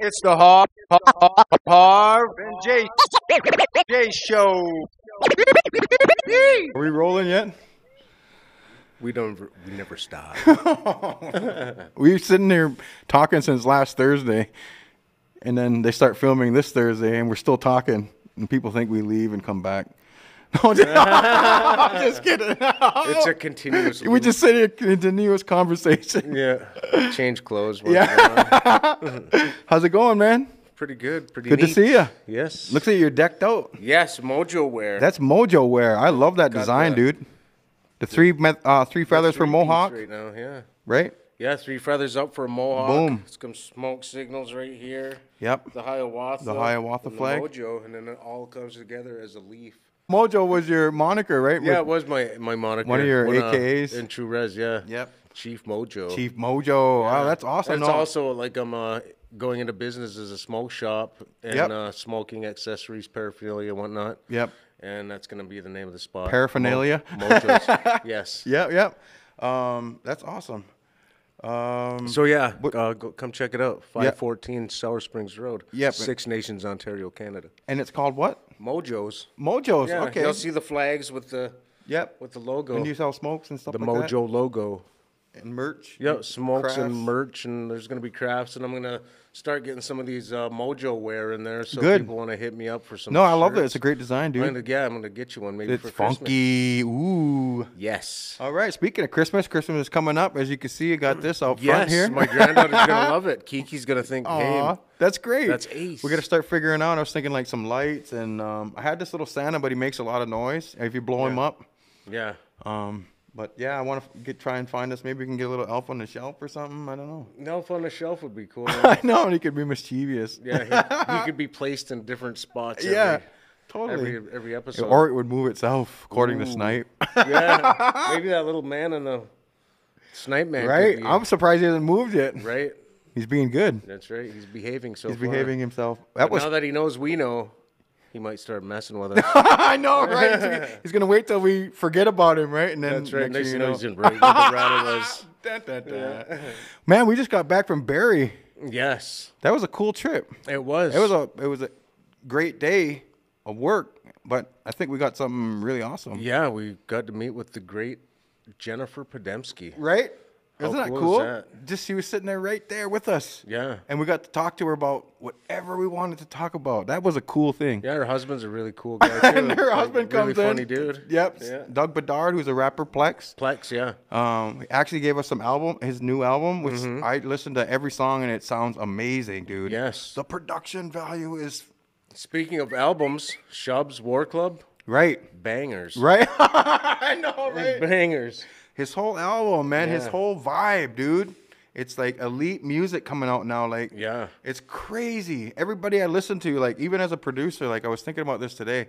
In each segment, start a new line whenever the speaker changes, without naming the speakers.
It's the Harv, Harv, Harv and Jay, Jay Show.
Are we rolling yet?
We don't. We never stop.
We were sitting here talking since last Thursday, and then they start filming this Thursday, and we're still talking, and people think we leave and come back. No, I'm just- I'm just kidding.
It's a continuous.
Oh, we just sit here continuous conversation.
yeah. Change clothes.
Yeah.
Yeah.
How's it going, man?
Pretty good. Pretty.
Good to
neat.
see you.
Yes.
Looks like you're decked out.
Yes, Mojo wear.
That's Mojo wear. I love that design,
that.
dude. The three met, uh, three feathers for
Three-piece
mohawk,
right now. Yeah.
right?
Yeah, three feathers up for a mohawk.
Boom.
It's some smoke signals right here.
Yep.
The Hiawatha.
The Hiawatha
and the
flag.
Mojo, and then it all comes together as a leaf.
Mojo was your moniker, right?
Yeah, it
With
was my my moniker.
One of your
when, uh,
AKAs.
in True Res. Yeah.
Yep.
Chief Mojo.
Chief Mojo. Wow, that's awesome.
It's
No,
also like I'm uh, going into business as a smoke shop and
Yep.
uh, smoking accessories, paraphernalia, whatnot.
Yep.
And that's going to be the name of the spot.
Paraphernalia?
Mo- Mojo's. yes.
Yep, yep. Um, that's awesome. Um,
So yeah, uh, go, come check it out. Five fourteen Sour Springs Road.
Yep.
Six Nations, Ontario, Canada.
and it's called what?
Mojo's.
Mojo's.
Yeah.
okay.
You'll see the flags with the
Yep.
with the logo.
And you sell smokes and stuff
the
like
Mojo
that?
logo.
and merch.
Yep, smokes
crafts.
and merch, and there's gonna be crafts, and I'm gonna start getting some of these uh, Mojo wear in there, so
Good.
people want to hit me up for some.
No, I love that.
shirts.
It's a great design,
I'm
dude.
gonna, yeah, I'm gonna get you one maybe
It's
for Christmas.
funky. Uh, Ooh.
Yes.
All right. Speaking of Christmas, Christmas is coming up. As you can see, I got this out front
Yes,
here.
my granddaughter's gonna love it. Kiki's gonna think,
Aw,
hey,
that's great.
that's ace.
We're gonna start figuring out. I was thinking like some lights, and um, I had this little Santa, but he makes a lot of noise if you blow him up.
yeah,
Um, but yeah, I want to get try and find this. Maybe we can get a little elf on the shelf or something. I don't know.
elf on the shelf would be cool.
I know, and he could be mischievous.
yeah, he, he could be placed in different spots. Every,
yeah, totally.
Every every episode.
or it would move itself according to
Ooh.
Snipe.
yeah, maybe that little man in the snipe man. could
right?
be-
I'm surprised he hasn't moved yet.
right.
He's being good.
That's right. He's behaving so.
He's
far.
behaving himself. That was.
now that he knows we know, he might start messing with us.
I know, right? he's gonna wait till we forget about him, right? And then
That's right.
next
Next
thing
thing
you
you know,
know,
he's in right where the rattle was.
Da, da, da. Man, we just got back from Barry.
Yes,
That was a cool trip.
it was.
It was a it was a great day of work, but I think we got something really awesome.
Yeah, we got to meet with the great Jennifer Podemsky.
Right?
How
Isn't that
cool is
cool?
that?
Just she was sitting there right there with us.
Yeah.
And we got to talk to her about whatever we wanted to talk about. That was a cool thing.
Yeah, her husband's a really cool guy too.
And her
Like,
husband
really
comes
funny
in.
dude.
Yep.
Yeah.
Doug Bedard, who's a rapper Plex.
Plex, yeah.
Um, he actually gave us some album, his new album, which
Mm-hmm.
I listened to every song and it sounds amazing, dude.
Yes.
The production value is
Speaking of albums, Shub's War Club,
right.
bangers.
Right? I know, right?
Bangers.
His whole album, man, his
Yeah.
whole vibe, dude. It's like elite music coming out now. Like,
Yeah.
it's crazy. Everybody I listen to, like, even as a producer, like, I was thinking about this today.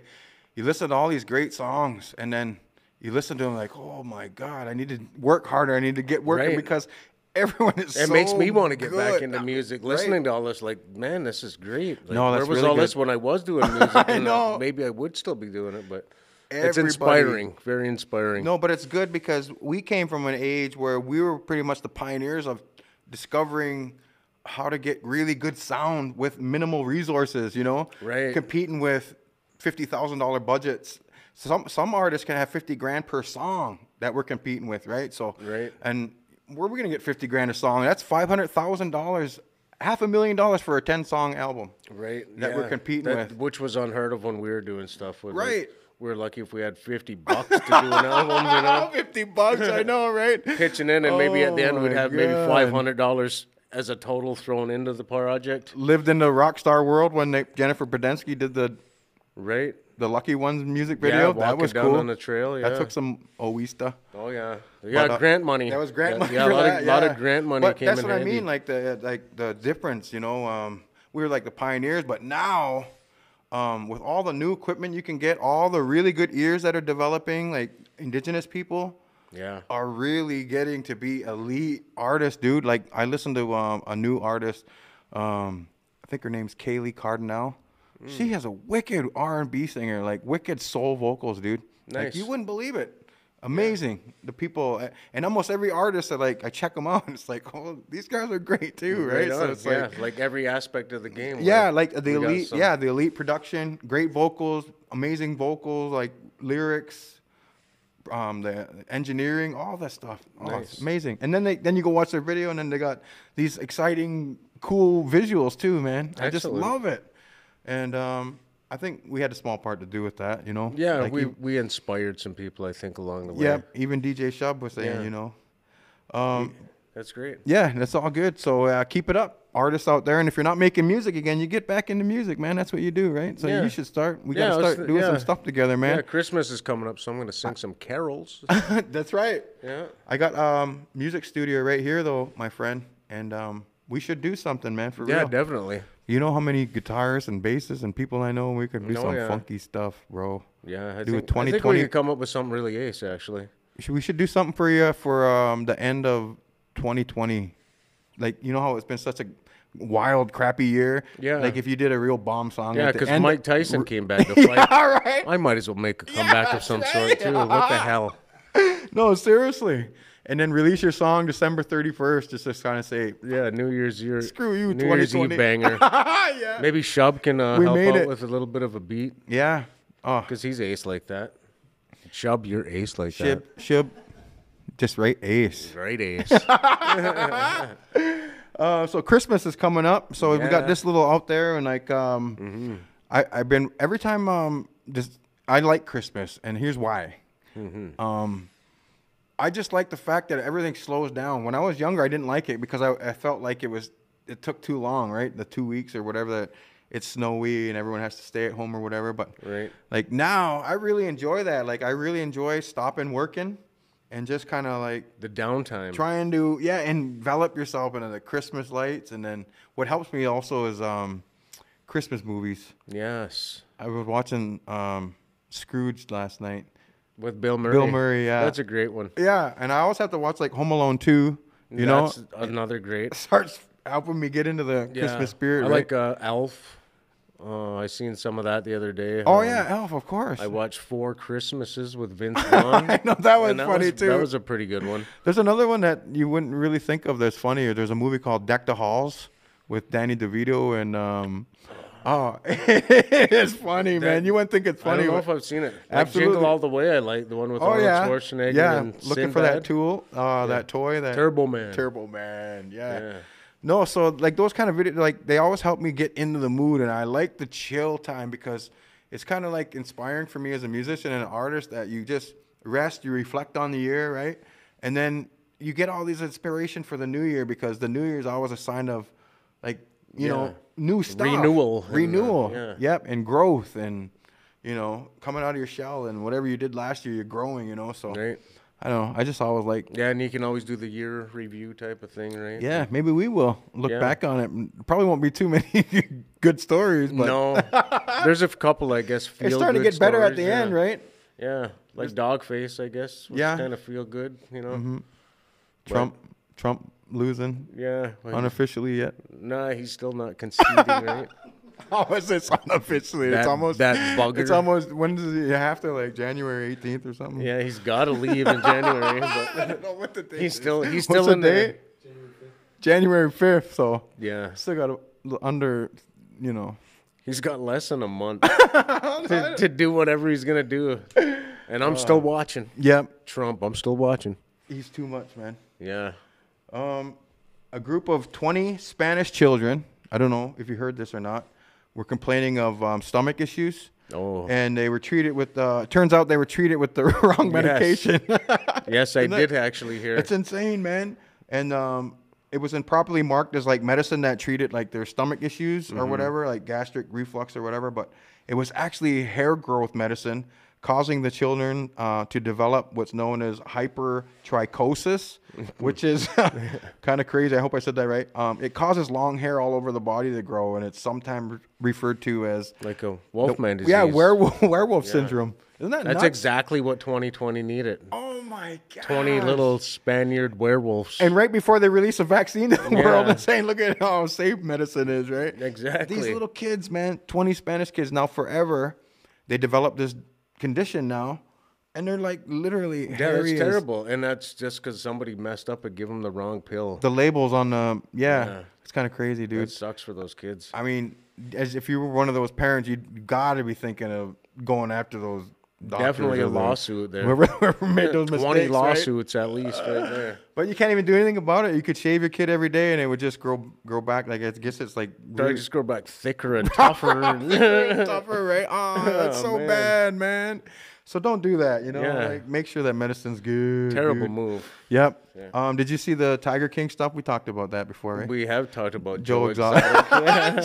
You listen to all these great songs, and then you listen to them, like, oh my God, I need to work harder. I need to get working
Right.
because everyone is
It makes
so
me want to get back
good.
into music.
Right.
Listening to all this, like, man, this is great. Like,
No, that's
where was
really
all
good.
this when I was doing music? And, uh,
know.
Maybe I would still be doing it, but it's
Everybody-
inspiring. Very inspiring.
No, but it's good because we came from an age where we were pretty much the pioneers of discovering how to get really good sound with minimal resources, you know?
Right.
Competing with $50,000 budgets. Some some artists can have 50 grand per song that we're competing with, right? So
Right.
and where are we going to get 50 grand a song? That's $500,000, half a million dollars for a 10 song album.
right?
that we're competing with.
which was unheard of when we were doing stuff with. like,
Right.
we were lucky if we had fifty bucks to do an album, you know,
50 bucks, I know, right?
pitching in, and maybe at the
Oh
end we'd
my
have maybe
God.
five hundred dollars as a total thrown into the project,
lived in the rock star world when they, Jennifer Podensky did the
right?
the Lucky Ones music
Yeah,
video. that
walking
was
down
cool.
on the trail,
That
yeah.
took some oista.
Oh yeah, yeah,
But, uh,
grant money.
That was grant
yeah,
money.
Yeah,
for
a lot,
that,
of, lot
yeah.
of grant money
But
came
that's
in
what
handy.
I mean. Like the like the difference. You know, um, we were like the pioneers, but now. Um, with all the new equipment you can get, all the really good ears that are developing, like indigenous people,
yeah,
are really getting to be elite artists, dude. Like I listened to um, a new artist. Um, I think her name's Kaylee Cardinal.
Mm.
She has a wicked R and B singer, like wicked soul vocals, dude. Like
Nice.
you wouldn't believe it. Amazing. The people and almost every artist I like, I check them out. And it's like, oh, these guys are great too, right?
Right
so
on,
it's
yeah,
like,
like, every aspect of the game.
yeah,
where
like the
we got
elite,
some-
yeah, the elite production, great vocals, amazing vocals, like lyrics, um, the engineering, all that stuff. Oh, it's
Nice.
amazing. And then they then you go watch their video, and then they got these exciting, cool visuals too, man. I just
Excellent.
love it. And um, I think we had a small part to do with that, you know.
yeah.
Like,
we
e-
we inspired some people, I think, along the way.
yeah, even DJ Shub was saying,
Yeah.
you know, Um,
that's great.
yeah, that's all good. So uh, keep it up, artists out there. And if you're not making music again, you get back into music, man. That's what you do, right? So
Yeah.
you should start. We
Yeah,
gotta
let's-
start doing
yeah.
some stuff together,
Yeah,
man.
Christmas is coming up, so I'm going to sing some carols.
that's right.
yeah.
I got um music studio right here though, my friend, and um we should do something, man. For
Yeah,
real.
definitely.
you know how many guitarists and bassists and people I know? We could do
No,
some
Oh, yeah.
funky stuff, bro.
Yeah,
Do
I think, I think we
2020
could come up with something really ace, actually.
Should- We should do something for you for um, the end of 2020. Like you know how it's been such a wild, crappy year.
Yeah.
Like if you did a real bomb song.
Yeah,
at the
because
end-
Mike Tyson came back to fight.
yeah, right.
I might as well make a comeback of some sort too. What the hell?
No, seriously. And then release your song December 31st. Just to kind of say,
Yeah, New Year's Year.
Screw you,
New Year's Eve
2020.
banger.
yeah.
Maybe Shub can uh,
We
help
made
out
it.
with a little bit of a beat
Yeah. Oh,
because he's ace like that. Shub, you're ace like
shib, shib. Just right, ace.
that. Right ace.
Uh, so Christmas is coming up, so we
Yeah. Mm-hmm.
got this little out there, and like, um, I, I've been every time. Um, just I like Christmas, and here's why.
Mm-hmm.
Um, I just like the fact that everything slows down. When I was younger, I didn't like it because I, I felt like it was it took too long, right? The two weeks or whatever that it's snowy and everyone has to stay at home or whatever. But
Right.
like now, I really enjoy that. Like I really enjoy stopping working and just kind of like
the downtime.
trying to yeah envelop yourself into the christmas lights and then what helps me also is um christmas movies
Yes.
i was watching um scrooge last night
With Bill Murray.
Murray, yeah.
That's a great one.
yeah and i always have to watch like home alone 2 you
That's
know
another great.
starts helping me get into the
Yeah.
christmas spirit
I
right?
like uh, Elf. Uh, I seen some of that the other day.
oh
Um,
yeah elf of course
I watched Four Christmases with Vince Vaughn.
I know, that was
and
funny,
was- That
too.
was a pretty good one.
there's another one that you wouldn't really think of that's funnier there's a movie called deck the halls with danny devito and um oh it's funny man you wouldn't think it's funny
I don't know
but-
if I've seen it. Like
Absolutely.
Jingle All the Way. I like the one with
Oh
Arnold
yeah,
Schwarzenegger.
yeah.
And
Looking for that
Sinbad.
tool, uh, that toy, that
Turbo Man.
Turbo Man. Yeah.
Yeah.
No, so like those kind of videos, like they always help me get into the mood, and I like the chill time because it's kind of like inspiring for me as a musician and an artist that you just rest, you reflect on the year, right, and then you get all these inspiration for the new year because the new year is always a sign of, like you
Yeah.
know, new stuff,
Renewal and, uh,
renewal,
yeah.
Yep, and growth and you know, coming out of your shell and whatever you did last year, you're growing, you know. So
Right.
I don't know. I just always like
Yeah, and you can always do the year review type of thing, right?
yeah, maybe we will look
Yeah.
back on it. Probably won't be too many good stories, but
No, there's a couple, I guess. Feel
it's starting to
good
get better at the
stories, yeah.
end, right?
Yeah, like Dogface, I guess. Was
Yeah. Mm-hmm.
kind of feel good, you know.
Trump, Trump losing
Yeah, like,
unofficially yet.
nah, he's still not conceding, right?
How is this unofficially?
That-
it's almost
that bugger.
It's almost when does it have to like January 18th or something?
Yeah, he's got to leave in January, but
I don't know what the date
he's
is.
still he's
What's
still
the
in there.
date? January 5th. So
Yeah,
still got a, l- under, you know.
he's got less than a month to, to do whatever he's gonna do, and I'm still watching
Yep.
Trump. I'm still watching.
He's too much, man.
Yeah,
Um, a group of 20 Spanish children, I don't know if you heard this or not, were complaining of um, stomach issues.
Oh.
And they were treated with, uh, turns out they were treated with the wrong medication.
yes, I
Isn't
did
that-
actually hear.
it's insane, man. And um, it was improperly marked as like medicine that treated like their stomach issues or
Mm-hmm.
whatever, like gastric reflux or whatever. But it was actually hair growth medicine causing the children uh, to develop what's known as hypertrichosis, which is kind of crazy. I hope I said that right. Um, it causes long hair all over the body to grow, and it's sometimes referred to as
like a Wolfman disease.
yeah werewolf werewolf syndrome. Isn't that
That's
nuts?
exactly what 2020 needed.
oh my god!
20 little Spaniard werewolves.
And right before they release a vaccine to the world
Yeah.
and saying, look at how safe medicine is, right? These
Exactly.
little kids, man, 20 Spanish kids now forever, they develop this condition now and they're like literally
Yeah,
hairy
that's
as-
terrible. And that's just because somebody messed up and gave them the wrong pill.
The labels on the yeah,
Yeah.
it's kind of crazy, dude.
It sucks for those kids.
I mean, as if you were one of those parents, you got to be thinking of going after those. doctors
Definitely
or
a
those-
lawsuit there.
Whoever, whoever made those
20
mistakes, right?
lawsuits at least right there.
But you can't even do anything about it. You could shave your kid every day, and it would just grow grow back. Like I guess it's like
Did I
really
just grow back thicker and tougher?
tougher, right? Oh, that's
Oh,
so
man.
bad, man. So don't do that. You know,
Yeah.
like make sure that medicine's good.
Terrible
dude.
move.
Yep. Um, did you see the Tiger King stuff? We talked about that before, right?
We have talked about
Joe
Joe,
Exotic.
Exotic.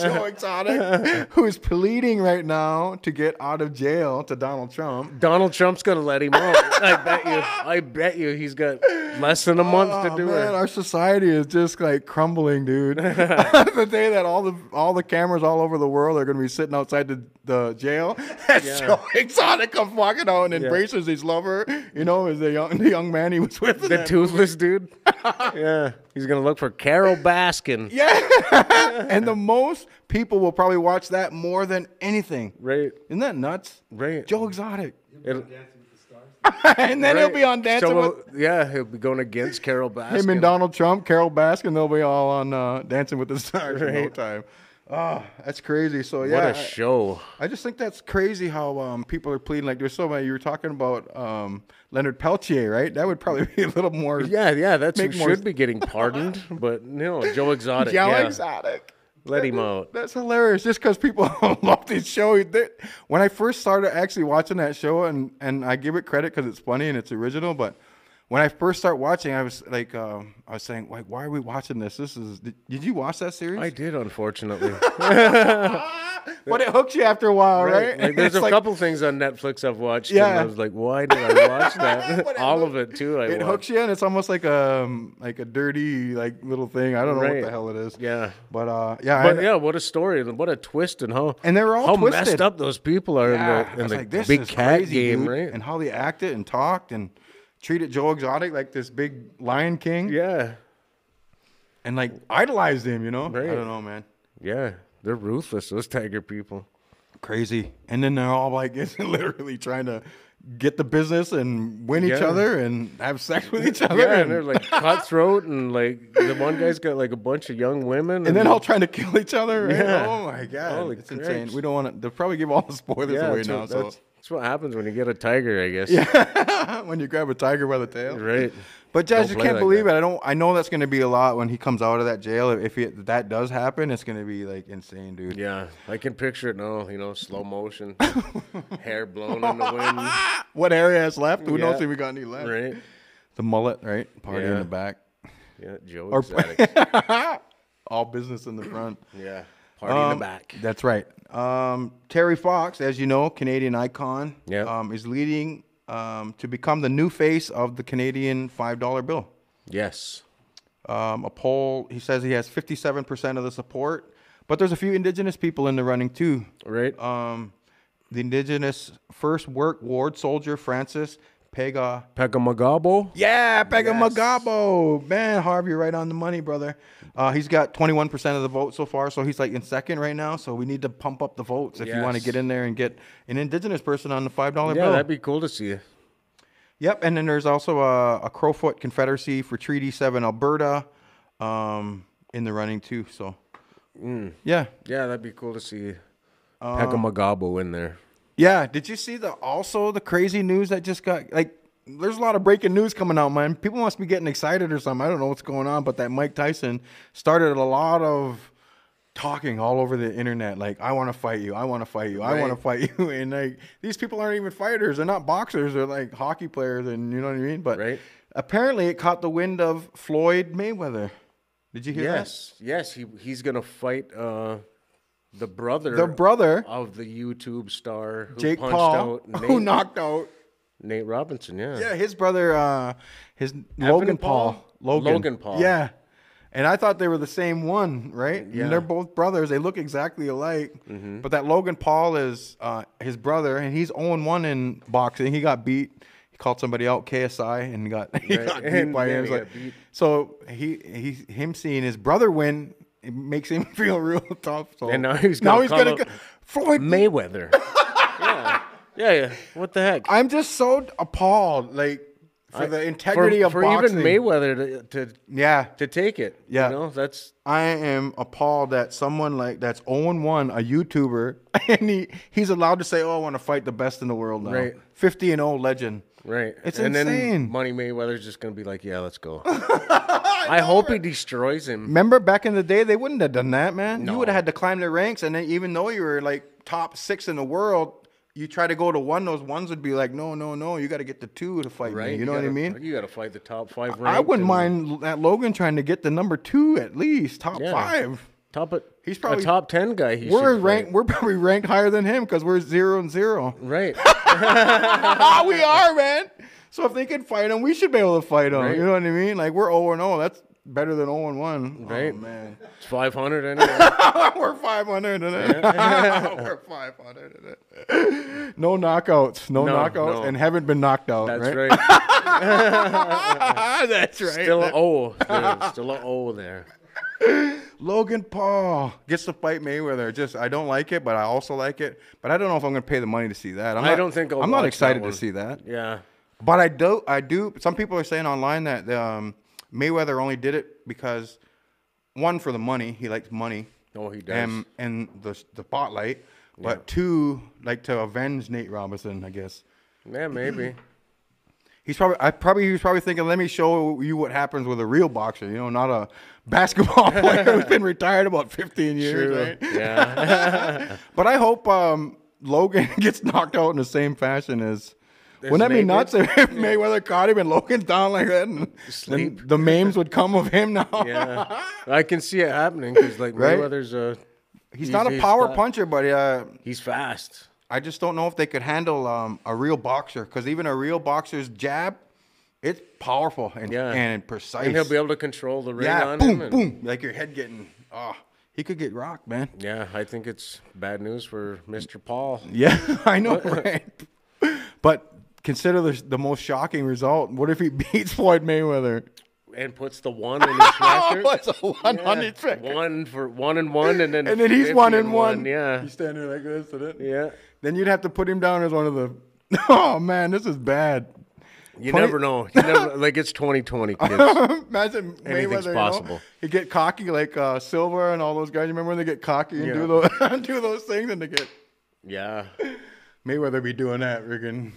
Joe Exotic, who is pleading right now to get out of jail to Donald Trump.
Donald Trump's gonna let him out. I bet you. I bet you he's got less than a month to
Oh,
do
man,
it.
our society is just like crumbling, dude. the day that all the all the cameras all over the world are going to be sitting outside the, the jail, and Joe Exotic comes walking out and embraces his lover. You know, is the young the young man he was with.
The toothless dude. yeah, he's gonna look for Carol Baskin.
yeah, and the most people will probably watch that more than anything.
Right.
Isn't that nuts?
Right.
Joe Exotic.
It'll-
and then he'll
right.
be on Dancing
So,
with
uh, yeah, he'll be going against Carol Baskin.
him and Donald Trump, Carol Baskin, they'll be all on uh, Dancing with the Stars in no
Right.
time. Oh, that's crazy. So
What
yeah,
a show.
I, I just think that's crazy how um, people are pleading. Like there's so many. You were talking about um, Leonard Peltier, right? That would probably be a little more
Yeah, yeah, that's who
Make more-
should be getting pardoned, but no, Joe Exotic.
Joe
yeah.
Exotic.
Let him out.
That's hilarious. Just because people love this show. They- When I first started actually watching that show, and and I give it credit because it's funny and it's original, but when I first start watching, I was like, um, I was saying, like, why are we watching this? This is. Did, did you watch that series?
I did, unfortunately.
but it hooks you after a while, right?
Like, there's
It's
a
like,
couple things on Netflix I've watched, and
Yeah.
I was like, why did I watch
But it
that? All
hook-
of it too. I
It
watched.
hooks you, and it's almost like a like a dirty like little thing. I don't know what
Right.
the hell it is.
Yeah.
But uh, yeah,
But
I,
yeah, what a story and what a twist and how
And they were all
how
twisted.
messed up those people are
yeah. I
in the, in
was
the
like, this
big
is
cat
crazy,
game,
dude.
right?
And how they acted and talked and treated Joe Exotic like this big Lion King,
yeah,
and like idolized him. You know, I
Right.
don't know, man.
yeah, they're ruthless. Those tiger people.
Crazy. And then they're all like literally trying to get the business and win each
Yeah.
other and have sex with each other.
Yeah,
and-
and they're like cutthroat, and like the one guy's got like a bunch of young women,
and then all trying to kill each other. right?
Yeah.
Oh my god,
Holy
it's insane.
cripes.
We don't want to. They'll probably give all the spoilers
yeah,
away
that's,
now.
what,
So
that's, that's what happens when you get a tiger, I guess.
when you grab a tiger by the tail,
Right.
But I
Don't
just
play
can't
like
believe
that.
it. I don't. I know that's going to be a lot when he comes out of that jail. If it, that does happen, it's going to be like insane, dude.
Yeah, I can picture it now. You know, slow motion, hair blown in the wind.
What area is left? Who knows
Yeah.
if we got any left?
Right?
The mullet, right? Party in
Yeah.
the back,
Yeah, Joe
Or-
Exotic.
all business in the front.
yeah, party in
Um,
the back.
That's right. Um, Terry Fox, as you know, Canadian icon,
Yeah.
um, is leading um, to become the new face of the Canadian $5 bill.
Yes.
Um, a poll, he says he has 57% of the support, but there's a few Indigenous people in the running too.
Right.
Um, the Indigenous First Work Ward soldier, Francis Pega.
Pegamagabo.
Yeah, Pega Magabo. Man, Harvey, right on the money, brother. Uh, he's got 21% of the vote so far, so he's like in second right now. So we need to pump up the votes if you want to
Yes.
get in there and get an Indigenous person on the $5
Yeah,
bill.
that'd be cool to see.
Yep, and then there's also a, a Crowfoot Confederacy for Treaty Seven Alberta, um, in the running too. So,
Mm.
yeah,
Yeah, that'd be cool to see.
Um,
Pegamagabo in there.
yeah. Did you see the also the crazy news that just got like? There's a lot of breaking news coming out, man. People must be getting excited or something. I don't know what's going on, but that Mike Tyson started a lot of talking all over the internet. Like, I want to fight you. I want to fight you. I want to fight you. And like, these people aren't even fighters. They're not boxers. They're like hockey players, and you know what I mean. But
Right.
apparently, it caught the wind of Floyd Mayweather. Did you hear
Yes. Yes, he he's gonna fight uh, the brother.
that? The brother,
of the YouTube star Uh, who
Jake
punched
Paul,
out Nate,
who knocked out.
Nate Robinson. Yeah.
Yeah, his brother, uh, his Logan Paul.
Paul? Logan Paul.
Yeah. And I thought they were the same one, right? And they're both brothers. They look exactly alike.
Mm-hmm.
But that Logan Paul is uh, his brother, and he's 0 1 in boxing. He got beat. He called somebody out, KSI, and got, he
Right.
got beat
And
by
yeah,
him.
he
It's like-
got beat.
So he, he him seeing his brother win it makes him feel real tough. So
And now he's
now
gonna
he's
come
gonna
up-
go- Floyd
Mayweather. Yeah, yeah. What the heck?
I'm just so appalled, like for
I-
the integrity
for,
of
for
boxing.
even Mayweather to, to
yeah,
to take it.
Yeah.
you know that's
I am appalled that someone like that's 0 1, a YouTuber, and he, he's allowed to say, "Oh, I want to fight the best in the world now."
Right.
50 and 0 legend.
right.
It's
and
insane.
then Money Mayweather's just gonna be like, yeah, let's go. I hope he destroys him.
Remember back in the day, they wouldn't have done that, man. You
No.
would have had to climb the ranks, and then even though you were like top six in the world, you try to go to one, those ones would be like, "No, no, no, you got to get the two to fight
Right?
me." You know
gotta-
what I mean?
You got to fight the top five.
I
ranked
wouldn't
and
mind that Logan trying to get the number two at least, top
Yeah.
five.
Top it.
He's probably-
a top ten guy. He
We're
should
ranked.
fight.
We're probably ranked higher than him because we're zero and zero.
right.
Ah, we are, man. So if they can fight him, we should be able to fight him.
Right.
You know what I mean? Like we're zero and zero. That's better than zero and one.
Right.
Oh, man.
It's five hundred anyway.
we're five hundred in it. we're five hundred in it. No knockouts. No,
No,
knockouts,
no.
and haven't been knocked out.
That's
right.
right.
That's right.
Still a O. There's still a O there.
Logan Paul gets to fight Mayweather. Just I don't like it, but I also like it. But I don't know if I'm going to pay the money to see that. I'm
I
not-
don't think I'll
I'm not
watch that
excited to
one.
see that.
Yeah.
But I do. I do. Some people are saying online that um, Mayweather only did it because one for the money. He likes money.
Oh, he does.
And and the the spotlight. But two, like to avenge Nate Robinson, I guess.
Yeah, maybe.
He's probably, I probably, he was probably thinking, let me show you what happens with a real boxer, you know, not a basketball player who's been retired about 15 years,
True.
right?
Yeah.
But I hope um, Logan gets knocked out in the same fashion as. Wouldn't that be
Nate
nuts if Mayweather caught him and Logan's down like that? And
Sleep.
then The memes would come of him now.
Yeah. I can see it happening because like
Right?
Mayweather's a
He's
He's-
not a
he's
power
not-
puncher, but uh,
he's fast.
I just don't know if they could handle um, a real boxer because even a real boxer's jab, it's powerful and,
Yeah.
and precise.
And he'll be able to control the ring
yeah,
on
boom,
him. and-
boom. Like your head getting, oh, he could get rocked, man.
Yeah, I think it's bad news for Mr. Paul.
Yeah, I know, right? But consider the, the most shocking result. What if he beats Floyd Mayweather?
And puts the one in his record.
it's Oh, a one
Yeah, One for one and one, and then
And then he's
50
one
and
and one.
Yeah,
He's standing there like this, didn't it?
yeah.
Then you'd have to put him down as one of the. Oh man, this is bad.
You
Twenty-
never know. You never, like it's 2020, kids.
Imagine
Anything's
Mayweather, You know,
possible.
he'd get cocky like uh, Silver and all those guys. You remember when they get cocky and do those do those things, and they get
yeah.
Mayweather be doing that, friggin'.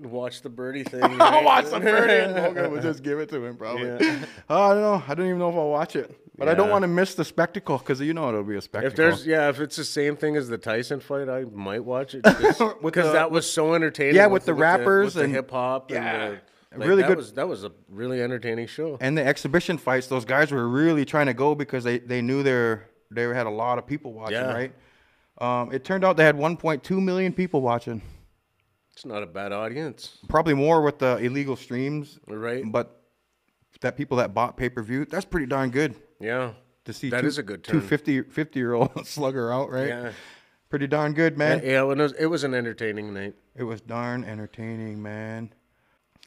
Watch the birdie thing.
I
right?
watch the birdie and Logan would just give it to him probably. Oh, I don't know. I don't even know if I'll watch it. But I don't
Yeah.
want to miss the spectacle because you know it'll be a spectacle.
If there's yeah, if it's the same thing as the Tyson fight, I might watch it because
With the-
that was so entertaining.
Yeah, with
with
the rappers
with the
and-
hip hop.
Yeah.
and the,
A
like,
really
that
good-
Was, that was a really entertaining show.
and the exhibition fights, those guys were really trying to go because they, they knew their they had a lot of people watching,
Yeah.
right? Um, it turned out they had 1.2 million people watching,
It's not a bad audience,
probably more with the illegal streams,
right?
but that people that bought pay per view, that's pretty darn good
Yeah,
to see.
That
two,
is a good
two
turn.
50 50 year old slugger out, right?
Yeah.
Pretty darn good, man.
yeah. well, It was, it was an entertaining night.
It was darn entertaining, man.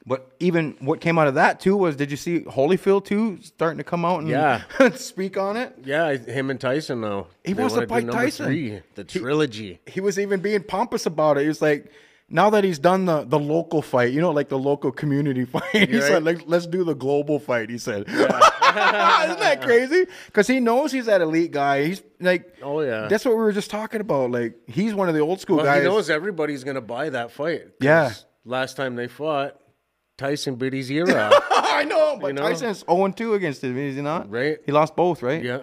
But even what came out of that too was, did you see Holyfield too starting to come out and
Yeah.
speak on it?
Yeah, I- him and Tyson though.
He
They
wants to
wanna do
fight
number
Tyson.
Three, the trilogy.
He was even being pompous about it. He was like, now that he's done the the local fight, you know, like the local community fight, he said, like, let's do the global fight. He said, isn't that crazy? Because he knows he's that elite guy. He's like,
Oh, yeah.
that's what we were just talking about. Like he's one of the old school
Well,
guys.
he knows everybody's gonna buy that fight. 'cause
Yeah.
Last time they fought, Tyson bit his ear off.
I know, but
know?
Tyson's 0 2 against him, is he not?
Right.
He lost both, right?
yeah.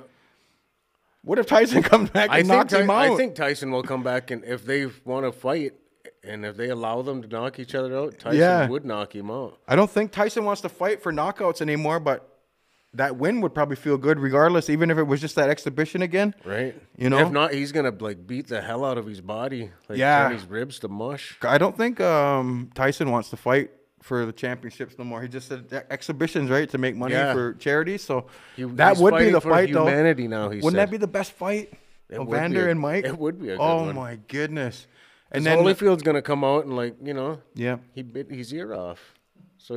What if Tyson comes back and
I think,
knocks
Ty-
him out?
I think Tyson will come back and if they want to fight and if they allow them to knock each other out, Tyson
Yeah.
would knock him out.
I don't think Tyson wants to fight for knockouts anymore, but that win would probably feel good regardless, even if it was just that exhibition again.
Right.
You know?
If not, he's gonna like beat the hell out of his body. Like
Yeah.
turn his ribs to mush.
I don't think um, Tyson wants to fight for the championships no more. He just said that exhibitions, right, to make money
Yeah.
for charity. So
He-
that
he's
would be
fighting
the
for
fight,
humanity
though.
now, he
Wouldn't that
said.
be the best fight?
would be
Evander
a-
and Mike.
it would be a good
Oh
one.
my goodness! And
Then
then
Holyfield's gonna come out and like you know,
yeah,
he bit his ear off. So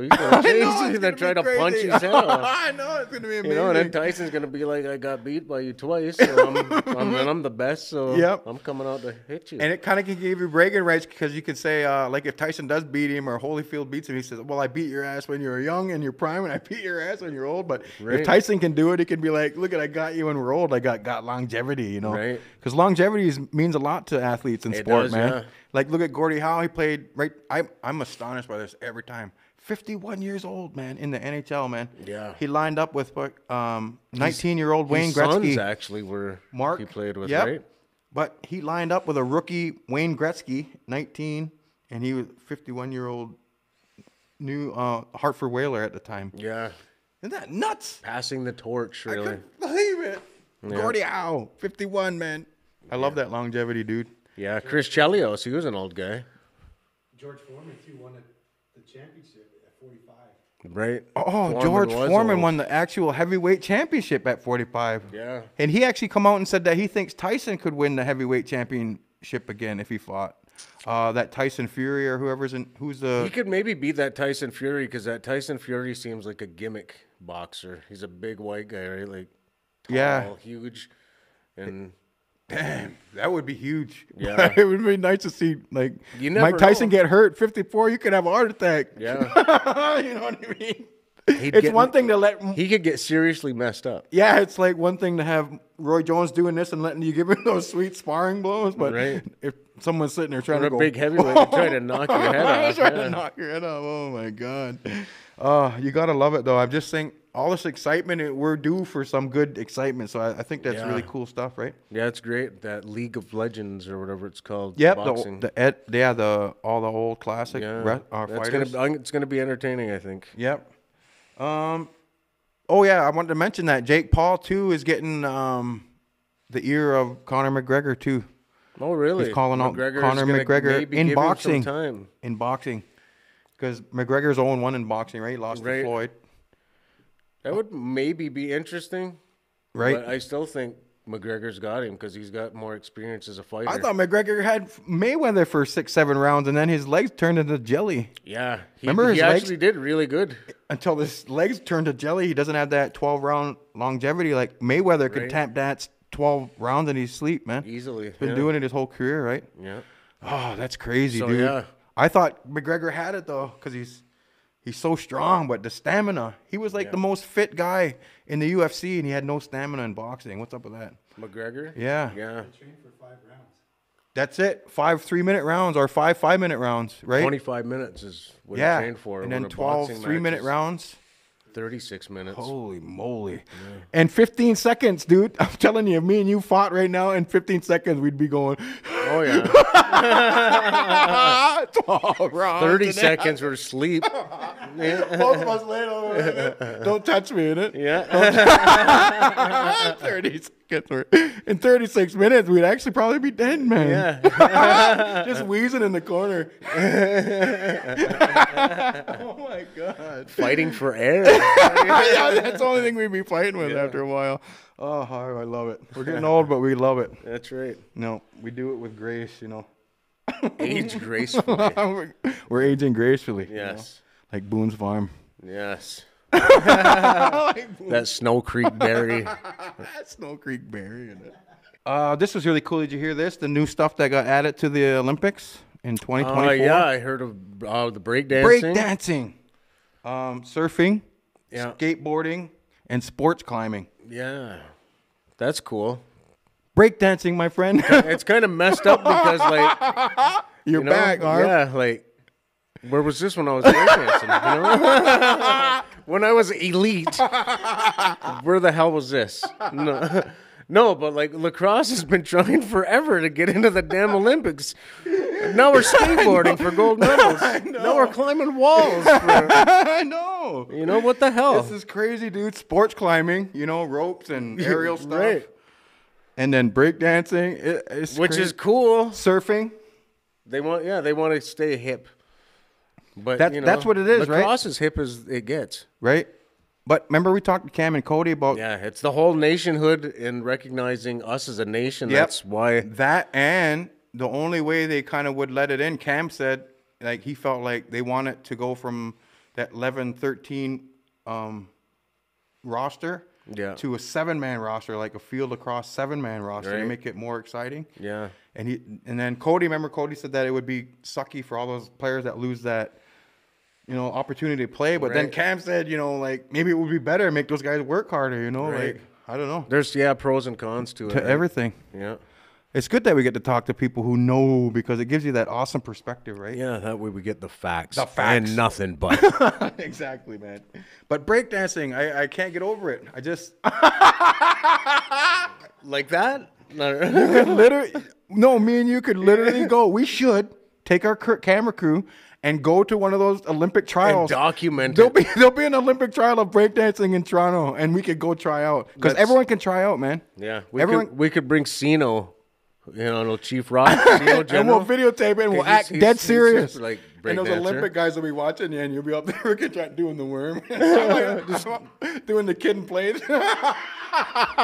he's gonna,
I know,
he's
it's
gonna
gonna
try
be
to punch
crazy.
his head off.
I know it's gonna be amazing.
You know, and then Tyson's gonna be like, "I got beat by you twice, so I'm, I'm, and I'm the best, so
Yep.
I'm coming out to hit you."
And it kind of can give you bragging rights because you could say, uh, like, if Tyson does beat him or Holyfield beats him, he says, "Well, I beat your ass when you were young and you're prime, and I beat your ass when you're old." But
Right.
if Tyson can do it, he can be like, "Look at, I got you when we're old. I got got longevity, you know."
Right.
Because longevity is, means a lot to athletes in
It
sport,
does,
man.
yeah.
Like, look at Gordie Howe. He played right. I, I'm astonished by this every time. 51 years old, man, in the NHL, man.
Yeah.
He lined up with what, um, 19 year old Wayne
his
Gretzky.
sons actually were
Mark
he played with,
yep.
right?
But he lined up with a rookie Wayne Gretzky, 19, and he was 51 year old new uh, Hartford Whaler at the time.
Yeah,
Isn't that nuts?
passing the torch, really.
Couldn't believe it. Gordie Howe, 51, man. I love that longevity, dude.
Yeah, Chris Chelios, he was an old guy,
George Foreman too won the, the championship at 45.
right?
Oh,
Foreman
George
was
Foreman
old.
won the actual heavyweight championship at 45.
Yeah.
And he actually come out and said that he thinks Tyson could win the heavyweight championship again if he fought. Uh, that Tyson Fury or whoever's in who's the
He could maybe beat that Tyson Fury because that Tyson Fury seems like a gimmick boxer. He's a big white guy, right? Like,
Yeah.
tall, huge, and
That would be huge.
Yeah.
it would be nice to see like
You never
Mike Tyson
know.
get hurt. Fifty four, you could have a heart attack.
yeah,
you know what I mean.
He'd
it's
get-
one thing to let.
he could get seriously messed up.
yeah, it's like one thing to have Roy Jones doing this and letting you give him those sweet sparring blows, but
Right.
if someone's sitting there trying
Or
to
a
go,
big heavyweight could try to knock your head
I
off.
was trying
yeah.
to knock your head off. Oh my god. Uh, you gotta love it though. I'm just saying all this excitement it- we're due for some good excitement. So I, I think that's
Yeah.
really cool stuff, right?
Yeah, it's great. That League of Legends or whatever it's called.
Yep. The,
boxing.
the ed, yeah the all the old classic
yeah,
re- uh, fighters.
that's gonna be- I think it's gonna be entertaining. I think.
Yep. Um. Oh yeah, I wanted to mention that Jake Paul too is getting um the ear of Conor McGregor too
Oh, really?
He's calling out
McGregor's
Conor
gonna
McGregor
maybe
in
give him some
boxing.
time.
in boxing because McGregor's 0 1 in boxing, right? He lost
Right.
to Floyd,
That would maybe be interesting,
right?
but I still think McGregor's got him because he's got more experience as a fighter.
I, thought McGregor had Mayweather for six, seven rounds, and then his legs turned into jelly.
yeah, he,
Remember
he
his legs?
actually did really good.
Until his legs turned to jelly, he doesn't have that 12 round longevity like Mayweather could
Right.
tap that 12 rounds in his sleep, man.
Easily,
Been
yeah.
doing it his whole career, right?
Yeah,
Oh, that's crazy,
So,
dude.
yeah.
I thought McGregor had it though, because he's he's so strong, but the stamina. He was like the most fit guy in the UFC, and he had no stamina in boxing. What's up with that?
McGregor.
Yeah.
yeah.
Trained for five rounds.
That's it. Five three minute rounds or five five minute rounds, right?
Twenty-five minutes is what
yeah.
he trained for.
and
when
then
a
12
boxing
three
match
minute
is
rounds.
Thirty-six minutes.
Holy moly. And 15 seconds, dude. I'm telling you, if me and you fought right now in 15 seconds, we'd be going,
Oh yeah.
12 "Ah, rounds.
30
and then-
seconds were asleep.
Both of us laid over it. Don't touch me in it.
yeah.
30 seconds. Or, in 36 minutes, we'd actually probably be dead, man. Yeah. Just wheezing in the corner. oh my God.
Fighting for air.
Yeah, that's the only thing we'd be fighting with after a while. Oh, Harv, I love it. We're getting old, but we love it.
That's right.
No, we do it with grace, you know.
Age gracefully.
We're- We're aging gracefully. you know?
Yes.
Like Boone's Farm.
Yes. that Snow Creek berry.
That's Snow Creek Berry in it. Uh, this was really cool. Did you hear this? The new stuff that got added to the Olympics in 2024.
Oh, yeah. I heard of uh, the breakdancing.
break dancing, um, surfing,
Yeah.
skateboarding, and sports climbing.
Yeah. That's cool.
Break dancing, my friend.
It's kind of messed up because, like,
You're
you know,
back, Arv.
yeah, like, where was this when I was breakdancing? You know? when I was elite, where the hell was this? No. No, but like lacrosse has been trying forever to get into the damn Olympics. Now we're skateboarding for gold medals. Now we're climbing walls. For,
I know.
you know what the hell?
This is crazy, dude. Sports climbing, you know, ropes and aerial stuff,
Right.
and then break dancing. It, it's
Which
crazy.
is cool.
surfing.
They want, yeah, they want to stay hip. But
That's-
you know,
that's what it is, right?
Lacrosse is hip as it gets.
right? But remember we talked to Cam and Cody about
Yeah, it's the whole nationhood and recognizing us as a nation.
Yep.
That's why.
that, and the only way they kind of would let it in, Cam said, like he felt like they want it to go from that 11, 13 um, roster
Yeah.
to a seven man roster, like a field across seven man roster, to
Right.
make it more exciting.
Yeah.
And he and then Cody, remember Cody said that it would be sucky for all those players that lose that, you know, opportunity to play. But then
Right.
Cam said, you know, like maybe it would be better make those guys work harder. You know,
Right.
like I don't know
There's yeah pros and cons to it.
to
right?
everything.
Yeah.
It's good that we get to talk to people who know because it gives you that awesome perspective, right?
Yeah, that way we get the facts.
The facts.
and nothing but.
exactly, man. But breakdancing, I, I can't get over it. I just
like that?
literally no. Me and you could literally go. We should take our cur- camera crew and go to one of those Olympic trials.
document
There'll
it.
be there'll be an Olympic trial of breakdancing in Toronto, and we could go try out because
That's-
everyone can try out, man.
yeah, we
everyone.
could we could bring Sino, you know, Chief Rock, Sino
and
General.
we'll videotape it and we'll
he's-
act
he's-
dead
he's just
serious.
like
and those
breakdancer.
Olympic guys will be watching you, and you'll be up there freaking try- doing the worm, Just doing the kid and plays.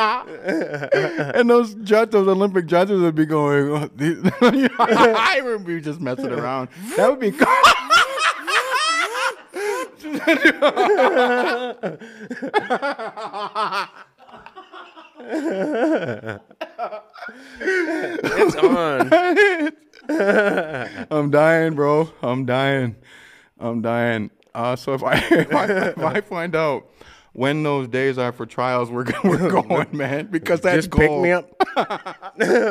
and those judges, those Olympic judges, would be going. "Oh, these-" I would be just messing around. That would be.
it's on.
I'm dying, bro. I'm dying. I'm dying. Uh, so if I, if I if I find out when those days are for trials, we're go- we're going, man, because that's
Just pick
gold.
me up.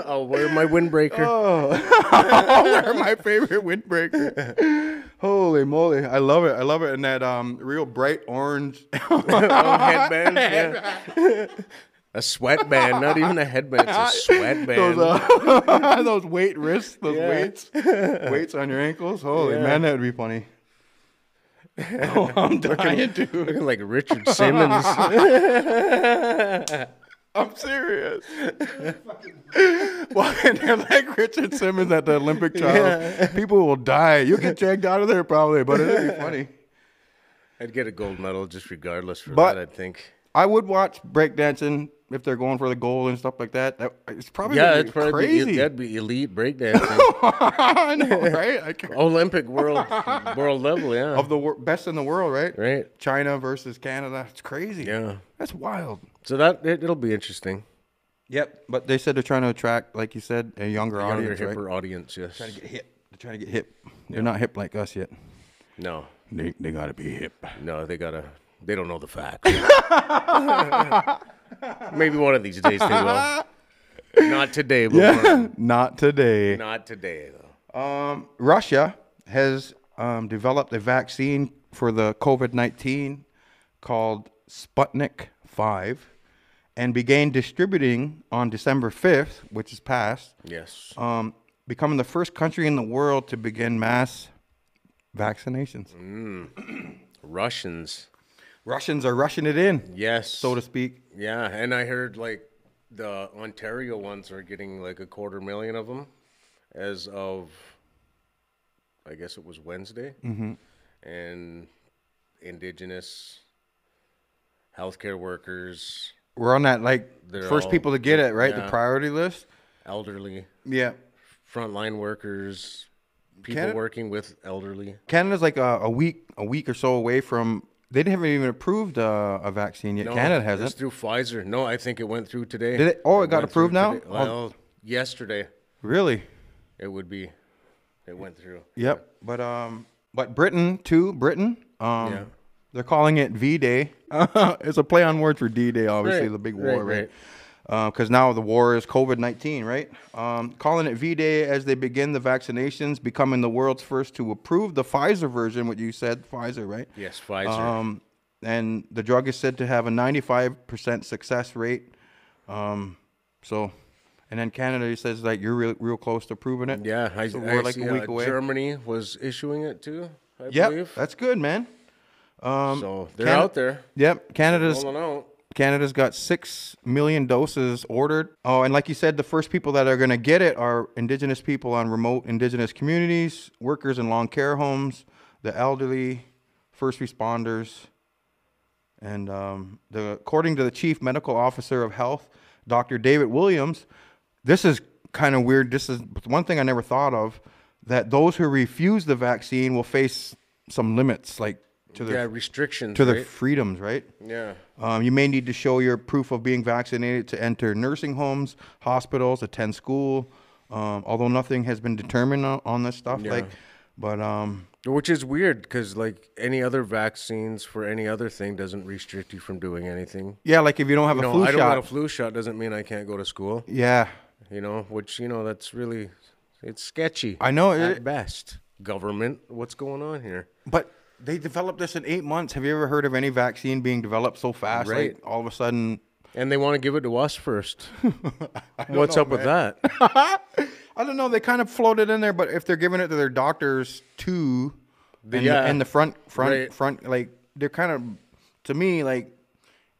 I'll wear my windbreaker.
Oh. I'll wear my favorite windbreaker. Holy moly, I love it. I love it. And that um real bright orange.
Oh, headband. yeah. a sweatband, not even a headband. It's a sweatband.
those, uh, those weight wrists, those
Yeah.
weights, weights on your ankles. Holy
Yeah.
man, that would be funny. Oh, I'm dying, dude.
Looking like Richard Simmons.
I'm serious. Walking there like Richard Simmons at the Olympic trials, people will die. You'll get dragged out of there probably, but it'll be funny.
I'd get a gold medal just regardless for
But-
that. I think.
I would watch breakdancing if they're going for the goal and stuff like that. that it's probably
Yeah,
gonna be
it's probably
crazy.
that'd be elite breakdancing.
I know, right? I can't-
Olympic world world level, yeah.
of the wor- best in the world, right?
right.
China versus Canada. It's crazy.
Yeah.
That's wild.
So that it, it'll be interesting.
Yep. But they said they're trying to attract, like you said, a younger,
Younger
audience, right?
hipper audience, yes.
Trying to get hip. They're trying to get hip. They're not hip like us yet.
no.
They, they gotta be hip.
No, they gotta they don't know the facts. Maybe one of these days they will. Not today, but one-
Yeah, not today.
not today though.
Um, Russia has um, developed a vaccine for the COVID 19 called Sputnik 5 and began distributing on December 5th, which is past,
Yes.
um, becoming the first country in the world to begin mass vaccinations.
Mm-hmm. Russians.
Russians are rushing it in,
Yes.
so to speak.
Yeah, and I heard like the Ontario ones are getting like a quarter million of them as of I guess it was Wednesday. Mm-hmm. And indigenous healthcare workers,
We're on that like
They're
first
all-
people to get it, right? The
yeah.
priority list.
elderly,
Yeah.
frontline workers, people
Canada-
working with elderly.
Canada's like a, a week, a week or so away from. They haven't even approved uh, a vaccine yet.
No,
Canada
It's
hasn't.
through Pfizer. No, I think it went through today.
Did it- oh, it got
went
approved
through
now?
today.
Oh.
Well, yesterday
Really?
it would be. It went through.
Yep. But um, but Britain too. Britain. Um,
Yeah.
they're calling it V Day. it's a play on words for D Day, obviously
Right,
the big war,
right,
right?
right.
Because now the war is COVID nineteen, right? Um, calling it V Day as they begin the vaccinations, becoming the world's first to approve the Pfizer version. What you said, Pfizer, right?
Yes, Pfizer.
Um, and the drug is said to have a 95% success rate. Um, so, and then Canada says like you're real, real close to proving it.
Yeah, I,
so
I
we're like
see,
a week
uh,
away.
Germany was issuing it too. I
Yep,
believe.
that's good, man.
so they're
Cana-
out there.
Yep, Canada's
Rolling out.
Canada's got six million doses ordered. Oh, and like you said, the first people that are going to get it are Indigenous people on remote Indigenous communities, workers in long care homes, the elderly, first responders, and um, the according to the chief medical officer of health, Dr. David Williams, this is kind of weird. This is one thing I never thought of that those who refuse the vaccine will face some limits, like to
yeah,
their
restrictions.
to their
right?
freedoms, right?
yeah.
Um, you may need to show your proof of being vaccinated to enter nursing homes, hospitals, attend school. Um, although nothing has been determined on, on this stuff, like, but um,
Which is weird because, like, any other vaccines for any other thing doesn't restrict you from doing anything.
yeah, like if you don't have a
You know,
flu
I don't
shot,
want a flu shot doesn't mean I can't go to school.
yeah,
You know, which you know that's really it's sketchy.
I know
at
it-
best. Government, what's going on here?
but they developed this in eight months. Have you ever heard of any vaccine being developed so fast?
Right.
Like all of a sudden,
And they want to give it to us first. What's up with that?
I don't know. They kind of floated in there, but if they're giving it to their doctors too, and,
yeah.
the, and the front, front,
Right.
front, like they're kind of, to me, like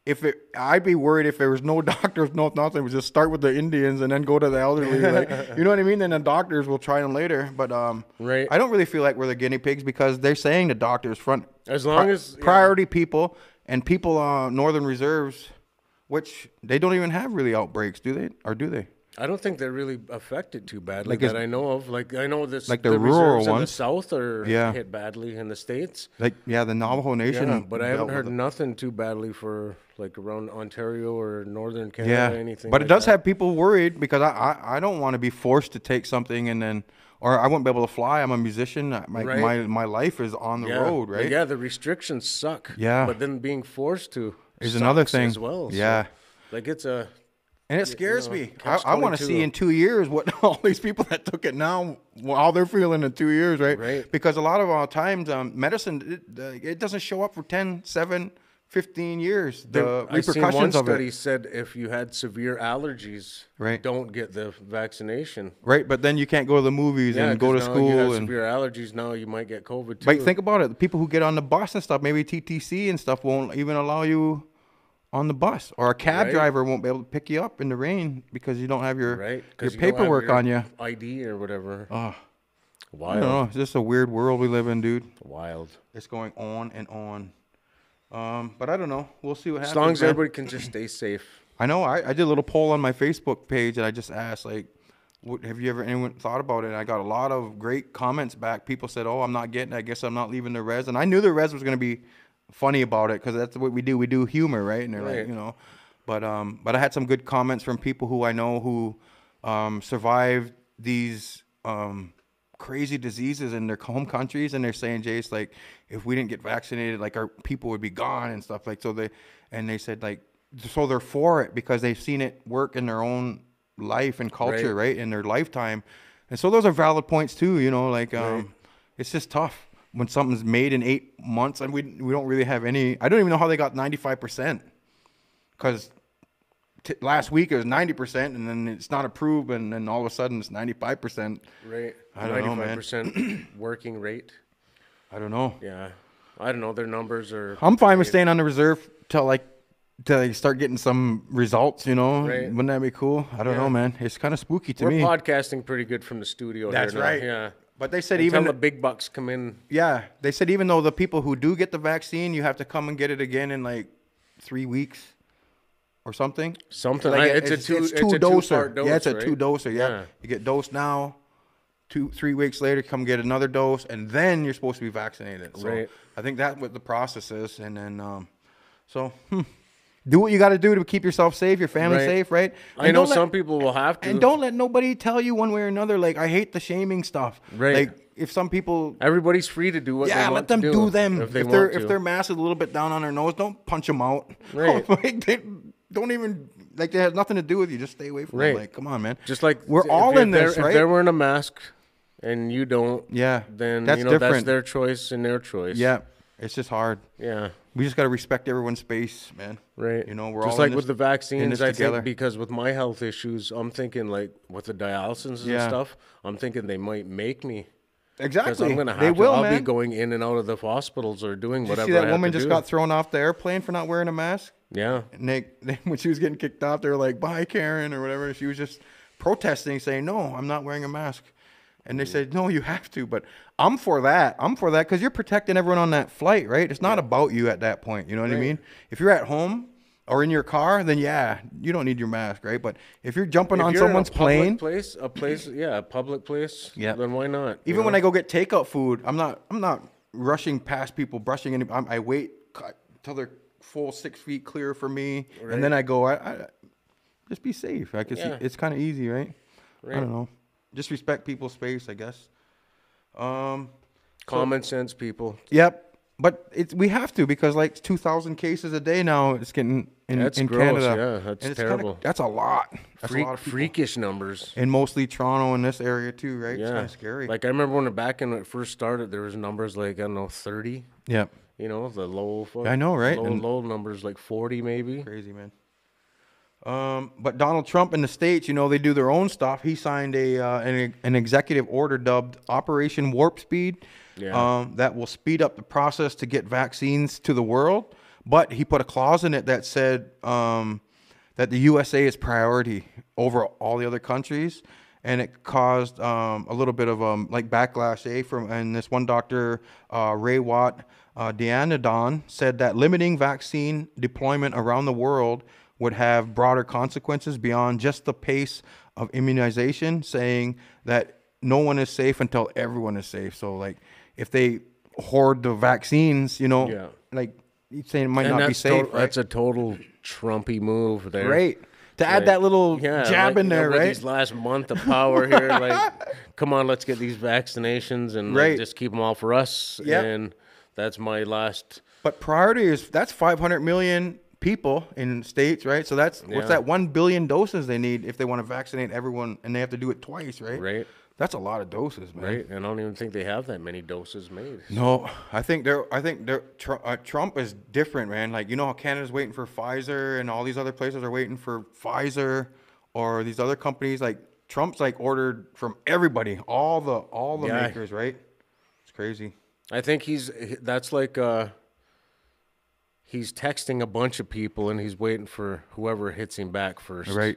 if it, I'd be worried if there was no doctors, no nothing. We just start with the Indians and then go to the elderly. Like, you know what I mean? Then the doctors will try them later. But um,
Right.
I don't really feel like we're the guinea pigs because they're saying the doctors front
As long as- yeah.
priority people and people on Northern reserves, which they don't even have really outbreaks, do they? Or do they?
I don't think they're really affected too badly
Like, is-
that I know of. Like I know this,
Like the rural
reserves in the
ones?
south are
Yeah.
hit badly in the states.
Like yeah, the Navajo Nation.
Yeah, but I
dealt
haven't
with
heard
it.
nothing too badly for like around Ontario or northern Canada.
yeah
anything.
but it
like
does
that.
have people worried because I, I i don't want to be forced to take something and then or i wouldn't be able to fly i'm a musician I- my
Right.
my, my life is on the
yeah.
road
but
right
Yeah, the restrictions suck.
Yeah.
but then being forced to
Is another
sucks as
thing.
well. so,
Yeah.
like it's a
and it scares
know,
me i,
catch
I want to
22.
see in two years what all these people that took it now wh- how they're feeling in two years right
Right.
because a lot of our times um, medicine it, uh, it doesn't show up for 10 7 15 years the
I seen
repercussions
one
of
study
it
said if you had severe allergies,
Right.
don't get the vaccination.
right but then you can't go to the movies
Yeah,
and go to
'cause now you have
school and
severe allergies. Now you might get COVID too.
But think about it. The people who get on the bus and stuff, maybe TTC and stuff won't even allow you on the bus, or a cab
Right.
driver won't be able to pick you up in the rain because you don't have your
right?
your
'Cause you don't have
paperwork
your
on you.
ID or whatever.
Oh, I
wild,
don't know. It's just a weird world we live in, dude.
wild.
It's going on and on. Um, but I don't know. We'll see what happens.
As long as
man.
everybody can just stay safe.
I know. I, I did a little poll on my Facebook page, and I just asked, like, what, have you ever anyone thought about it? And I got a lot of great comments back. People said, "Oh, I'm not getting. it. I guess I'm not leaving the res." And I knew the res was going to be funny about it because that's what we do. We do humor, right? And they're
Right.
like, you know, but um, but I had some good comments from people who I know who um survived these um crazy diseases in their home countries and they're saying jay's like if we didn't get vaccinated like our people would be gone and stuff like so they and they said like so they're for it because they've seen it work in their own life and culture right, in their lifetime and so those are valid points too you know like um it's just tough when something's made in eight months and we we don't really have any i don't even know how they got 95% because t- last week it was 90% and then it's not approved and then all of a sudden it's 95%
Right.
I don't know, man.
percent working rate.
i don't know
Yeah. I don't know. Their numbers are.
I'm fine with staying on the reserve till like till they start getting some results. You know,
Right.
wouldn't that be cool? I don't know, man. It's kind of spooky to
We're
me.
podcasting pretty good from the studio.
That's
here now,
right.
Yeah.
But they said
Even
even
the big bucks come in.
yeah, they said even though the people who do get the vaccine, you have to come and get it again in like three weeks or something.
Something
Like,
I-
it-
it's, a two. It's, a
doser.
two-part
yeah, it's a
dose,
two
right?
doser. Yeah.
Yeah.
you get dosed now. Two three weeks later, come get another dose, and then you're supposed to be vaccinated. So
Right.
I think that what the process is, and then um, so hmm, do what you got to do to keep yourself safe, your family
Right.
safe, right?
I
And
know
don't let-
some people will have to.
and don't let nobody tell you one way or another. Like I hate the shaming stuff.
Right.
Like if some people
Everybody's free to do what
yeah,
they
let
want
them
to
do,
do,
them.
if they
if are
want
if
to.
their mask is a little bit down on their nose, don't punch them out.
Right.
like they, don't even like they have nothing to do with you. Just stay away from
Right.
them. Like come on, man.
Just like
we're
if
all
they're-
in this,
If they're
right?
wearing a mask and you don't,
Yeah,
then
that's
you know that's
different.
their choice and their choice.
Yeah, it's just hard.
yeah,
We just gotta respect everyone's space, man.
right.
You know, we're
just
all
like
in this-
with the
in
vaccines.
this
I
together.
think because with my health issues, I'm thinking like with the dialysis and
Yeah.
stuff, I'm thinking they might make me. Because
exactly.
I'm gonna have
they
to,
will,
I'll
man.
be going in and out of the hospitals or doing
Did you
whatever.
see
I
that
have
woman
to
just
do.
got thrown off the airplane for not wearing a mask?
Yeah,
And they, they, when she was getting kicked off, they were like, "Bye, Karen," or whatever. She was just protesting, saying, "No, I'm not wearing a mask." And they said, "No, you have to." But I'm for that. I'm for that because you're protecting everyone on that flight, right? It's not about you at that point. You know what I mean? If you're at home or in your car, then yeah, you don't need your mask, right? But if you're jumping
If
on
you're in a
someone's
public
plane,
place, a place, yeah, a public place.
Yeah.
then why not?
even when I go get takeout food, I'm not. I'm not rushing past people, brushing any. I'm, I wait c- till they're full six feet clear for me, and then I go. I, I just be safe. I can
Yeah.
see it's kind of easy, right? I
Right.
don't know. Just respect people's space, I guess. Um.
Common sense, people.
Yep. But it's we have to because like two thousand cases a day now. It's getting in,
That's
in
gross,
Canada.
yeah, that's
And it's kinda-
terrible.
that's a lot. That's
Freak,
a lot of people.
freakish numbers.
And mostly Toronto and this area too, right? It's kind
Yeah,
of scary.
Like I remember when it back in it first started, there was numbers like I don't know thirty.
yep.
You know the low. fuck-
I know, right?
Low,
And-
low numbers like forty maybe.
Crazy man. Um, but Donald Trump in the states, you know, they do their own stuff. He signed a uh, an, an executive order dubbed Operation Warp Speed,
Yeah.
um, that will speed up the process to get vaccines to the world. But he put a clause in it that said um, that the USA is priority over all the other countries, and it caused um, a little bit of um, like backlash. A from and this one doctor, uh, Ray Watt. Uh, Deanadon said that limiting vaccine deployment around the world would have broader consequences beyond just the pace of immunization, saying that no one is safe until everyone is safe. So, like, if they hoard the vaccines, you know,
Yeah.
like you're saying it might
And
not be
that's
safe,
tot-
right?
That's a total Trumpy move there.
right. To add
Like,
that little jab
like,
in
you know,
there,
with
right?
These last month of power here, like, come on, let's get these vaccinations and like,
Right.
just keep them all for us.
Yep.
And that's my last.
But priority is that's 500 million people in states, right? So that's
Yeah.
what's that 1 billion doses they need if they want to vaccinate everyone and they have to do it twice, right?
Right.
That's a lot of doses, man.
Right, and I don't even think they have that many doses made.
No, I think they're. I think they're. Tr- uh, Trump is different, man. Like you know how Canada's waiting for Pfizer, and all these other places are waiting for Pfizer, or these other companies. Like Trump's like ordered from everybody, all the all the
Yeah.
makers, right? It's crazy.
I think he's that's like uh, he's texting a bunch of people, and he's waiting for whoever hits him back first,
Right.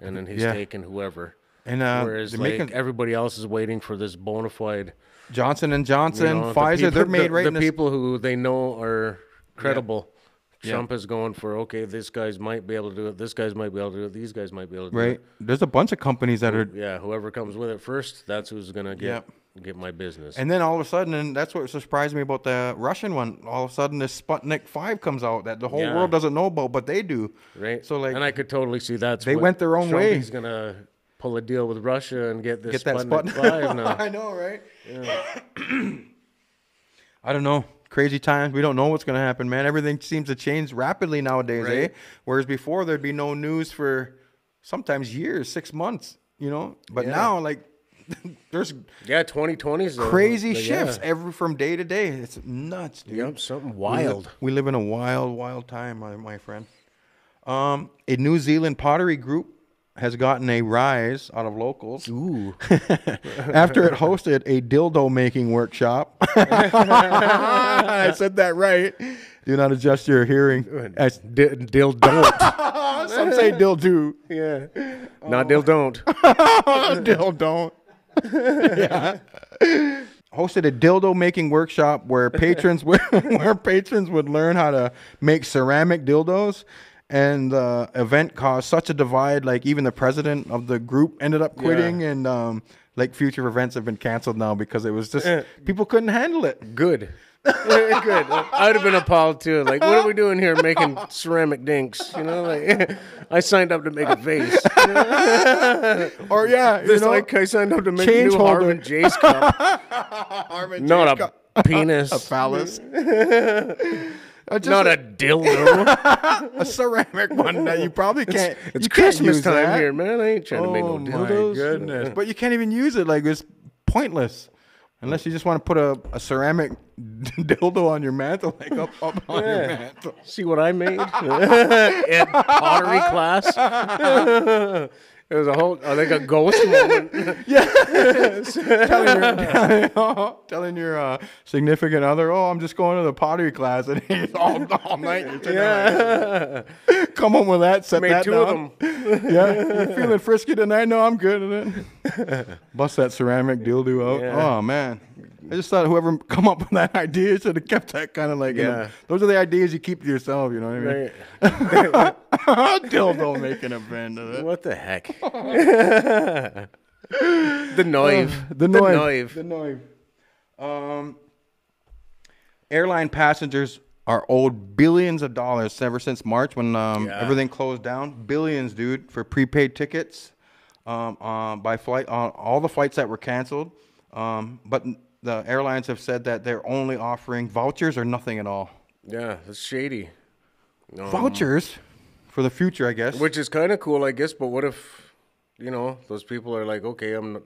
And then he's
Yeah.
taking whoever.
And uh,
Whereas
they're
like
making
everybody else is waiting for this bona fide
Johnson and Johnson,
You know, if the
Pfizer. they're
people-
made
the,
right
the
in the
people who they know are credible.
Yeah.
Trump is going for okay. This guy's might be able to do it. This guy's might be able to do it. These guys might be able to do
right.
it.
There's a bunch of companies that are
Yeah, whoever comes with it first, that's who's gonna get get my business.
And then all of a sudden, and that's what surprised me about the Russian one. All of a sudden, this Sputnik Five comes out that the whole
Yeah.
world doesn't know about, but they do.
right.
So like,
and I could totally see that's
they
what
went their own
Trump
way.
He's gonna pull a deal with Russia and get
get
this
that
Sputnik
Sputnik.
Five now.
I know, right? I don't know. Crazy times. We don't know what's gonna happen, man. Everything seems to change rapidly nowadays, eh?
Right.
Whereas before there'd be no news for sometimes years, six months, you know. But now, like, there's
Yeah, 2020 is
crazy
yeah.
shifts every from day to day. It's nuts, dude.
Yep, something
We li-
wild.
We live in a wild, wild time, my, my friend. Um, a New Zealand pottery group has gotten a rise out of locals
Ooh,
after it hosted a dildo making workshop. I said that right. Do not adjust your hearing. As-
D- dill don't.
Some say dildo.
yeah, not dill don't.
dildo don't. Hosted a dildo making workshop where patrons would, where patrons would learn how to make ceramic dildos. And the event caused such a divide, like even the president of the group ended up quitting, and um, like future events have been canceled now because it was just people couldn't handle it.
Good. Yeah, Good. I'd have been appalled too. Like, what are we doing here making ceramic dinks? You know, like I signed up to make a vase.
Or yeah, you
It's
know,
like I signed up to make a
Change
new
holder.
Harvin J's cup, not a penis,
phallus, Uh, just
not a dildo.
a ceramic one that you probably can't.
It's
you can't
Christmas
use
time
that.
here, man. I ain't trying to make no
Oh my
dildos.
goodness! But you can't even use it. Like it's pointless, unless you just want to put a, a ceramic dildo on your mantle, like up up on your mantle.
See what I made at pottery class. it was a whole, I think, a ghost moment.
telling your, telling your uh, significant other, "Oh, I'm just going to the pottery class," and he's all, all night.
Yeah,
Come home with that. Set
made
that
two of
down.
them.
yeah, you're feeling frisky tonight. No, I'm good at it. Bust that ceramic dildo out.
Yeah.
Oh man, I just thought whoever come up with that idea should have kept that kind of like. in the-
Yeah.
those are the ideas you keep to yourself. You know what I mean?
Right.
dildo making a band of it.
What the heck?
Uh,
the knife.
The knife.
knife.
The knife. Um, airline passengers are owed billions of dollars ever since March when um, everything closed down. Billions, dude, for prepaid tickets um, um, by flight on all the flights that were canceled. Um, but the airlines have said that they're only offering vouchers or nothing at all.
Yeah, that's shady.
Vouchers Mm-hmm. for the future, I guess.
Which is kind of cool, I guess. But what if, you know, those people are like, okay, I'm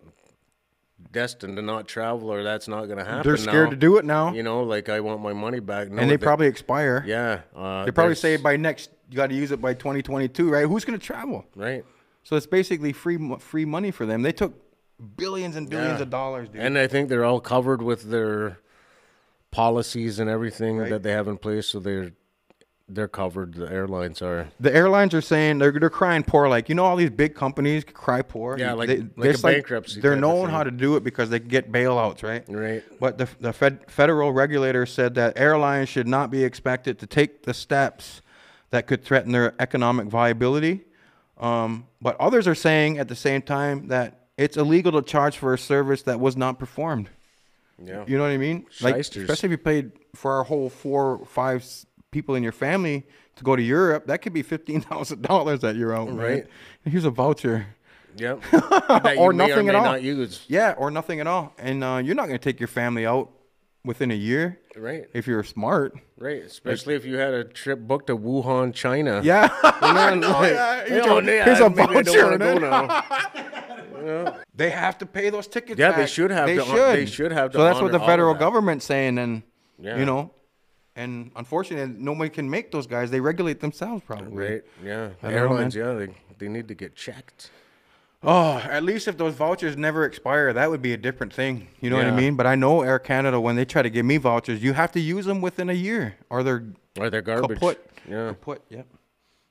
destined to not travel, or that's not going to happen.
They're scared
now.
to do it now,
You know, like I want my money back. No,
and they probably expire.
yeah, uh,
They probably
there's-
say by next, you got to use it by 2022, right? Who's going to travel?
right.
So it's basically free mo- free money for them. They took billions and billions
Yeah.
of dollars, dude.
And I think they're all covered with their policies and everything that they have in place, so they're they're covered. The airlines are.
the airlines are saying they're they're crying poor. Like you know, all these big companies cry poor.
Yeah, like-
they,
like
they're
a
just
bankruptcy
They're
type of
knowing
thing.
how to do it because they can get bailouts, right?
Right.
But the the fed, federal regulator said that airlines should not be expected to take the steps that could threaten their economic viability. Um, but others are saying at the same time that it's illegal to charge for a service that was not performed.
Yeah.
You know what I mean? Like,
Shysters.
especially if you paid for our whole four, five s- people in your family to go to Europe, that could be fifteen thousand dollars that you're out, right?
Right.
And here's a voucher.
Yep. That you
Or
may
nothing at
may
all.
Not use.
Yeah, or nothing at all. And uh, you're not going to take your family out within a year,
Right.
If you're smart.
Right. Especially if you had a trip booked to Wuhan, China.
Yeah.
You know, and like,
yeah, you
you know,
don't-
yeah,
here's a
maybe I don't
voucher,
wanna go
man.
now.
they have to pay those tickets.
Yeah, they
back.
should have
They
to hon-
should.
they should have to
So that's what
honor
the
all of
federal
that.
government's saying, and
Yeah.
you know, and unfortunately, nobody can make those guys. They regulate themselves, probably.
Right. Yeah.
I don't know,
Airlines. yeah. They, they need to get checked.
Oh, at least if those vouchers never expire, that would be a different thing. You know what
Yeah.
I mean? But I know Air Canada when they try to give me vouchers, you have to use them within a year or they're
Or they're garbage.
kaput.
Yeah.
Kaput. Yep.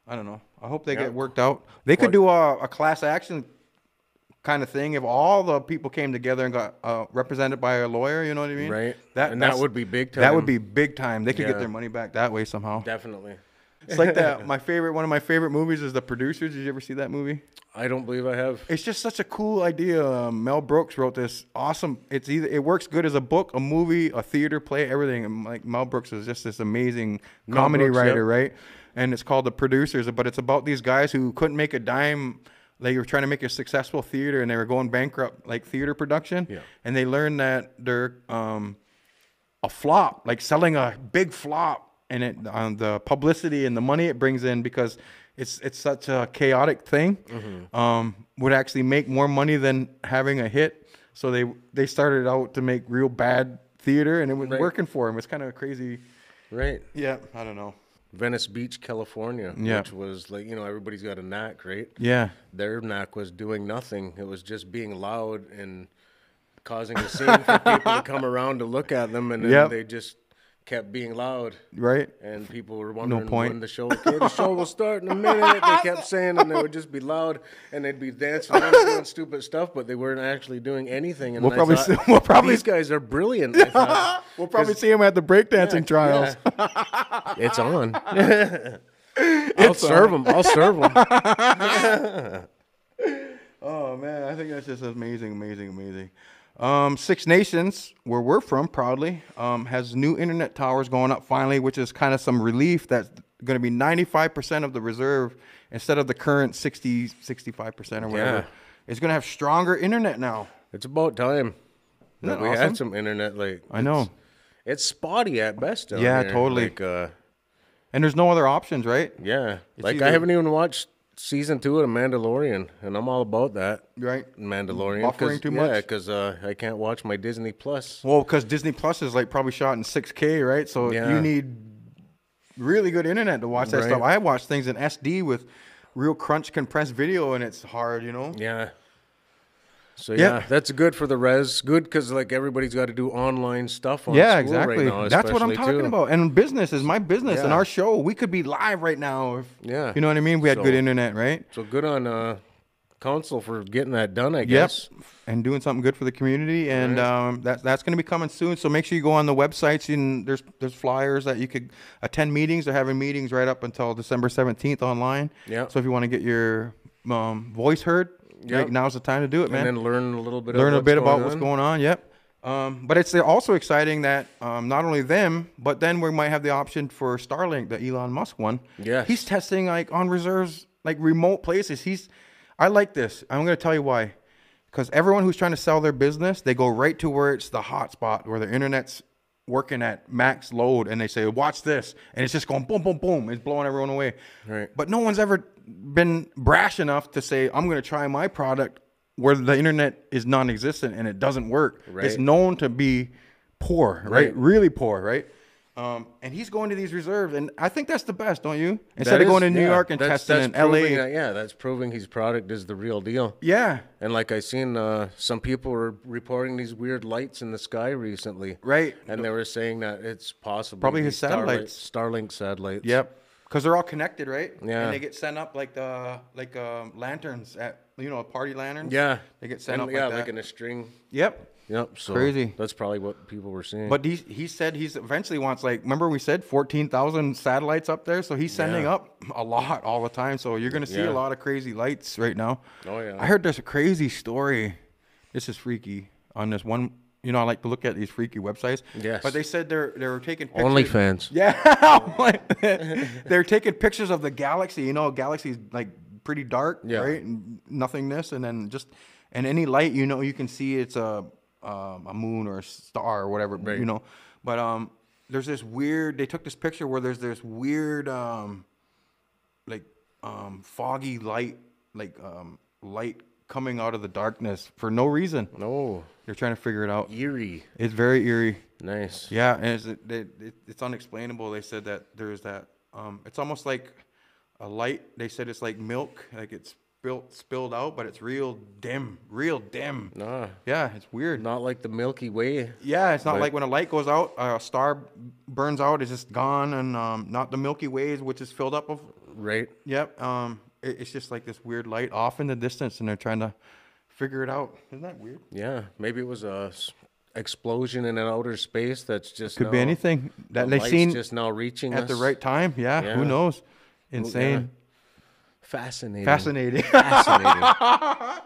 I don't know. I hope they
Yeah.
get worked out. They could do a, a class action kind of thing if all the people came together and got uh, represented by a lawyer. You know what I mean?
Right. And that
that's-
would be big
That would
time.
be big time. They could
Yeah.
get their money back that way somehow.
Definitely.
It's like that. My favorite, one of my favorite movies is The Producers. Did you ever see that movie?
I don't believe I have.
It's just such a cool idea. Uh, Mel Brooks wrote this awesome. It's either it works good as a book, a movie, a theater play, everything. And like Mel Brooks is just this amazing comedy
Brooks,
writer, right? And it's called The Producers, but it's about these guys who couldn't make a dime. They were trying to make a successful theater, and they were going bankrupt, like theater production.
Yeah.
And they learned that their um, a flop, like selling a big flop, and it on the publicity and the money it brings in because it's it's such a chaotic thing. Um, would actually make more money than having a hit. So they they started out to make real bad theater, and it was
Right.
working for them. It's kind of crazy.
Right.
Yeah, I don't know.
Venice Beach, California,
Yeah.
which was like, you know, everybody's got a knack, right?
Yeah,
Their knack was doing nothing. It was just being loud and causing a scene for people to come around to look at them. And then
Yep.
they just kept being loud.
right.
And people were wondering
point.
when the show okay, the show will start in a minute. They kept saying and they would just be loud and they'd be dancing around doing stupid stuff, but they weren't actually doing anything. And
We'll
I
probably
thought,
see- we'll probably-
these guys are brilliant. I thought,
We'll probably see him at the breakdancing trials.
"Yeah, it's on. I'll serve them. I'll serve them.
Oh man, I think that's just amazing, amazing, amazing. Um, Six Nations, where we're from, proudly um, has new internet towers going up finally, which is kind of some relief. That's going to be 95% of the reserve instead of the current 60, 65% or whatever.
Yeah.
It's going to have stronger internet now.
It's about time
Isn't
that
that
we
awesome?
had some internet. Like
I know.
it's spotty at best. Down
Yeah,
there.
totally.
Like, uh,
And there's no other options, right?
yeah, like I
either-
haven't even watched season two of The Mandalorian, and I'm all about that.
Right.
Mandalorian.
Buffering
'cause-
too
yeah,
much?
because uh, I can't watch my Disney Plus.
Well, because Disney Plus is like probably shot in 6K, right? So
Yeah.
you need really good internet to watch that
Right.
stuff. I watch things in SD with real crunch compressed video, and it's hard, you know?
Yeah. So
Yeah.
yeah, that's good for the res. Good because like everybody's got to do online stuff. On
yeah,
school
exactly.
Right now,
That's what I'm
especially,
talking
too.
about. And business is my business, and
Yeah.
our show we could be live right now. If,
Yeah.
you know what I mean. We had
So-
good internet, right?
So good on uh, council for getting that done. I guess.
and doing something good for the community, and um, that, that's going to be coming soon. So make sure you go on the websites, and there's there's flyers that you could attend meetings. They're having meetings right up until December 17th online.
Yep.
So if you want to get your um, voice heard,
Yep.
right, now's the time to do it, man.
And then learn a little bit.
Learn
of
a
what's
bit
going
about what's
on.
going on. Yep. Um, but it's also exciting that um, not only them, but then we might have the option for Starlink, the Elon Musk one.
Yes.
he's testing like on reserves, like remote places. He's, I like this. I'm gonna tell you why, because everyone who's trying to sell their business, they go right to where it's the hotspot where their internet's working at max load, and they say, "Watch this," and it's just going boom, boom, boom. It's blowing everyone away.
Right.
But no one's ever been brash enough to say, "I'm gonna try my product." Where the internet is non-existent and it doesn't work, it's
Right.
known to be poor, right?
Right.
Really poor, right? Um, and he's going to these reserves, and I think that's the best, don't you? Instead
That
of going
is-
to New
yeah,
York and
that's-
testing
that's
in LA,
proving that- yeah, that's proving his product is the real deal.
yeah,
And like I seen, uh, some people were reporting these weird lights in the sky recently.
Right.
And they were saying that it's possible.
Probably his
Starlink, Starlink satellites.
yep, because they're all connected, right?
Yeah.
and they get sent up like the like um, lanterns at you know party lanterns.
Yeah.
they get sent
And,
up
Yeah,
like that.
in a string.
yep.
Yep. So
Crazy.
That's probably what people were seeing.
But he he said he's eventually wants like remember we said fourteen thousand satellites up there, so he's sending
Yeah.
up a lot all the time. So you're gonna see
Yeah.
a lot of crazy lights right now.
Oh, yeah.
I heard there's a crazy story. This is freaky on this one. You know I like to look at these freaky websites.
Yes.
But they said they're they were taking pictures.
OnlyFans.
Yeah, they're taking pictures of the galaxy. You know, galaxy's like pretty dark,
Yeah.
right? And nothingness, and then just and any light, you know, you can see it's a um, a moon or a star or whatever, you know. But um, there's this weird. They took this picture where there's this weird um, like um, foggy light, like um, light coming out of the darkness for no reason.
No.
They're trying to figure it out.
Eerie.
It's very eerie.
Nice.
Yeah, and it's, it, it, it- it's unexplainable. They said that there's that. Um, it's almost like a light. They said it's like milk, like it's spilled spilled out, but it's real dim, real dim.
Nah.
Yeah, it's weird.
Not like the Milky Way.
Yeah, it's not
Right.
like when a light goes out, a star burns out, it's just gone, and um, not the Milky Ways, which is filled up of.
Right.
Yep. Um, it, it's just like this weird light off in the distance, and they're trying to figure it out. Isn't that weird?
Yeah. Maybe it was a s- explosion in an outer space that's just
Could be
now-
anything that
the
they
light's
seen
just now reaching
at the
us.
right time. Yeah,
Yeah.
who knows? Insane.
Fascinating.
Fascinating.
Fascinating.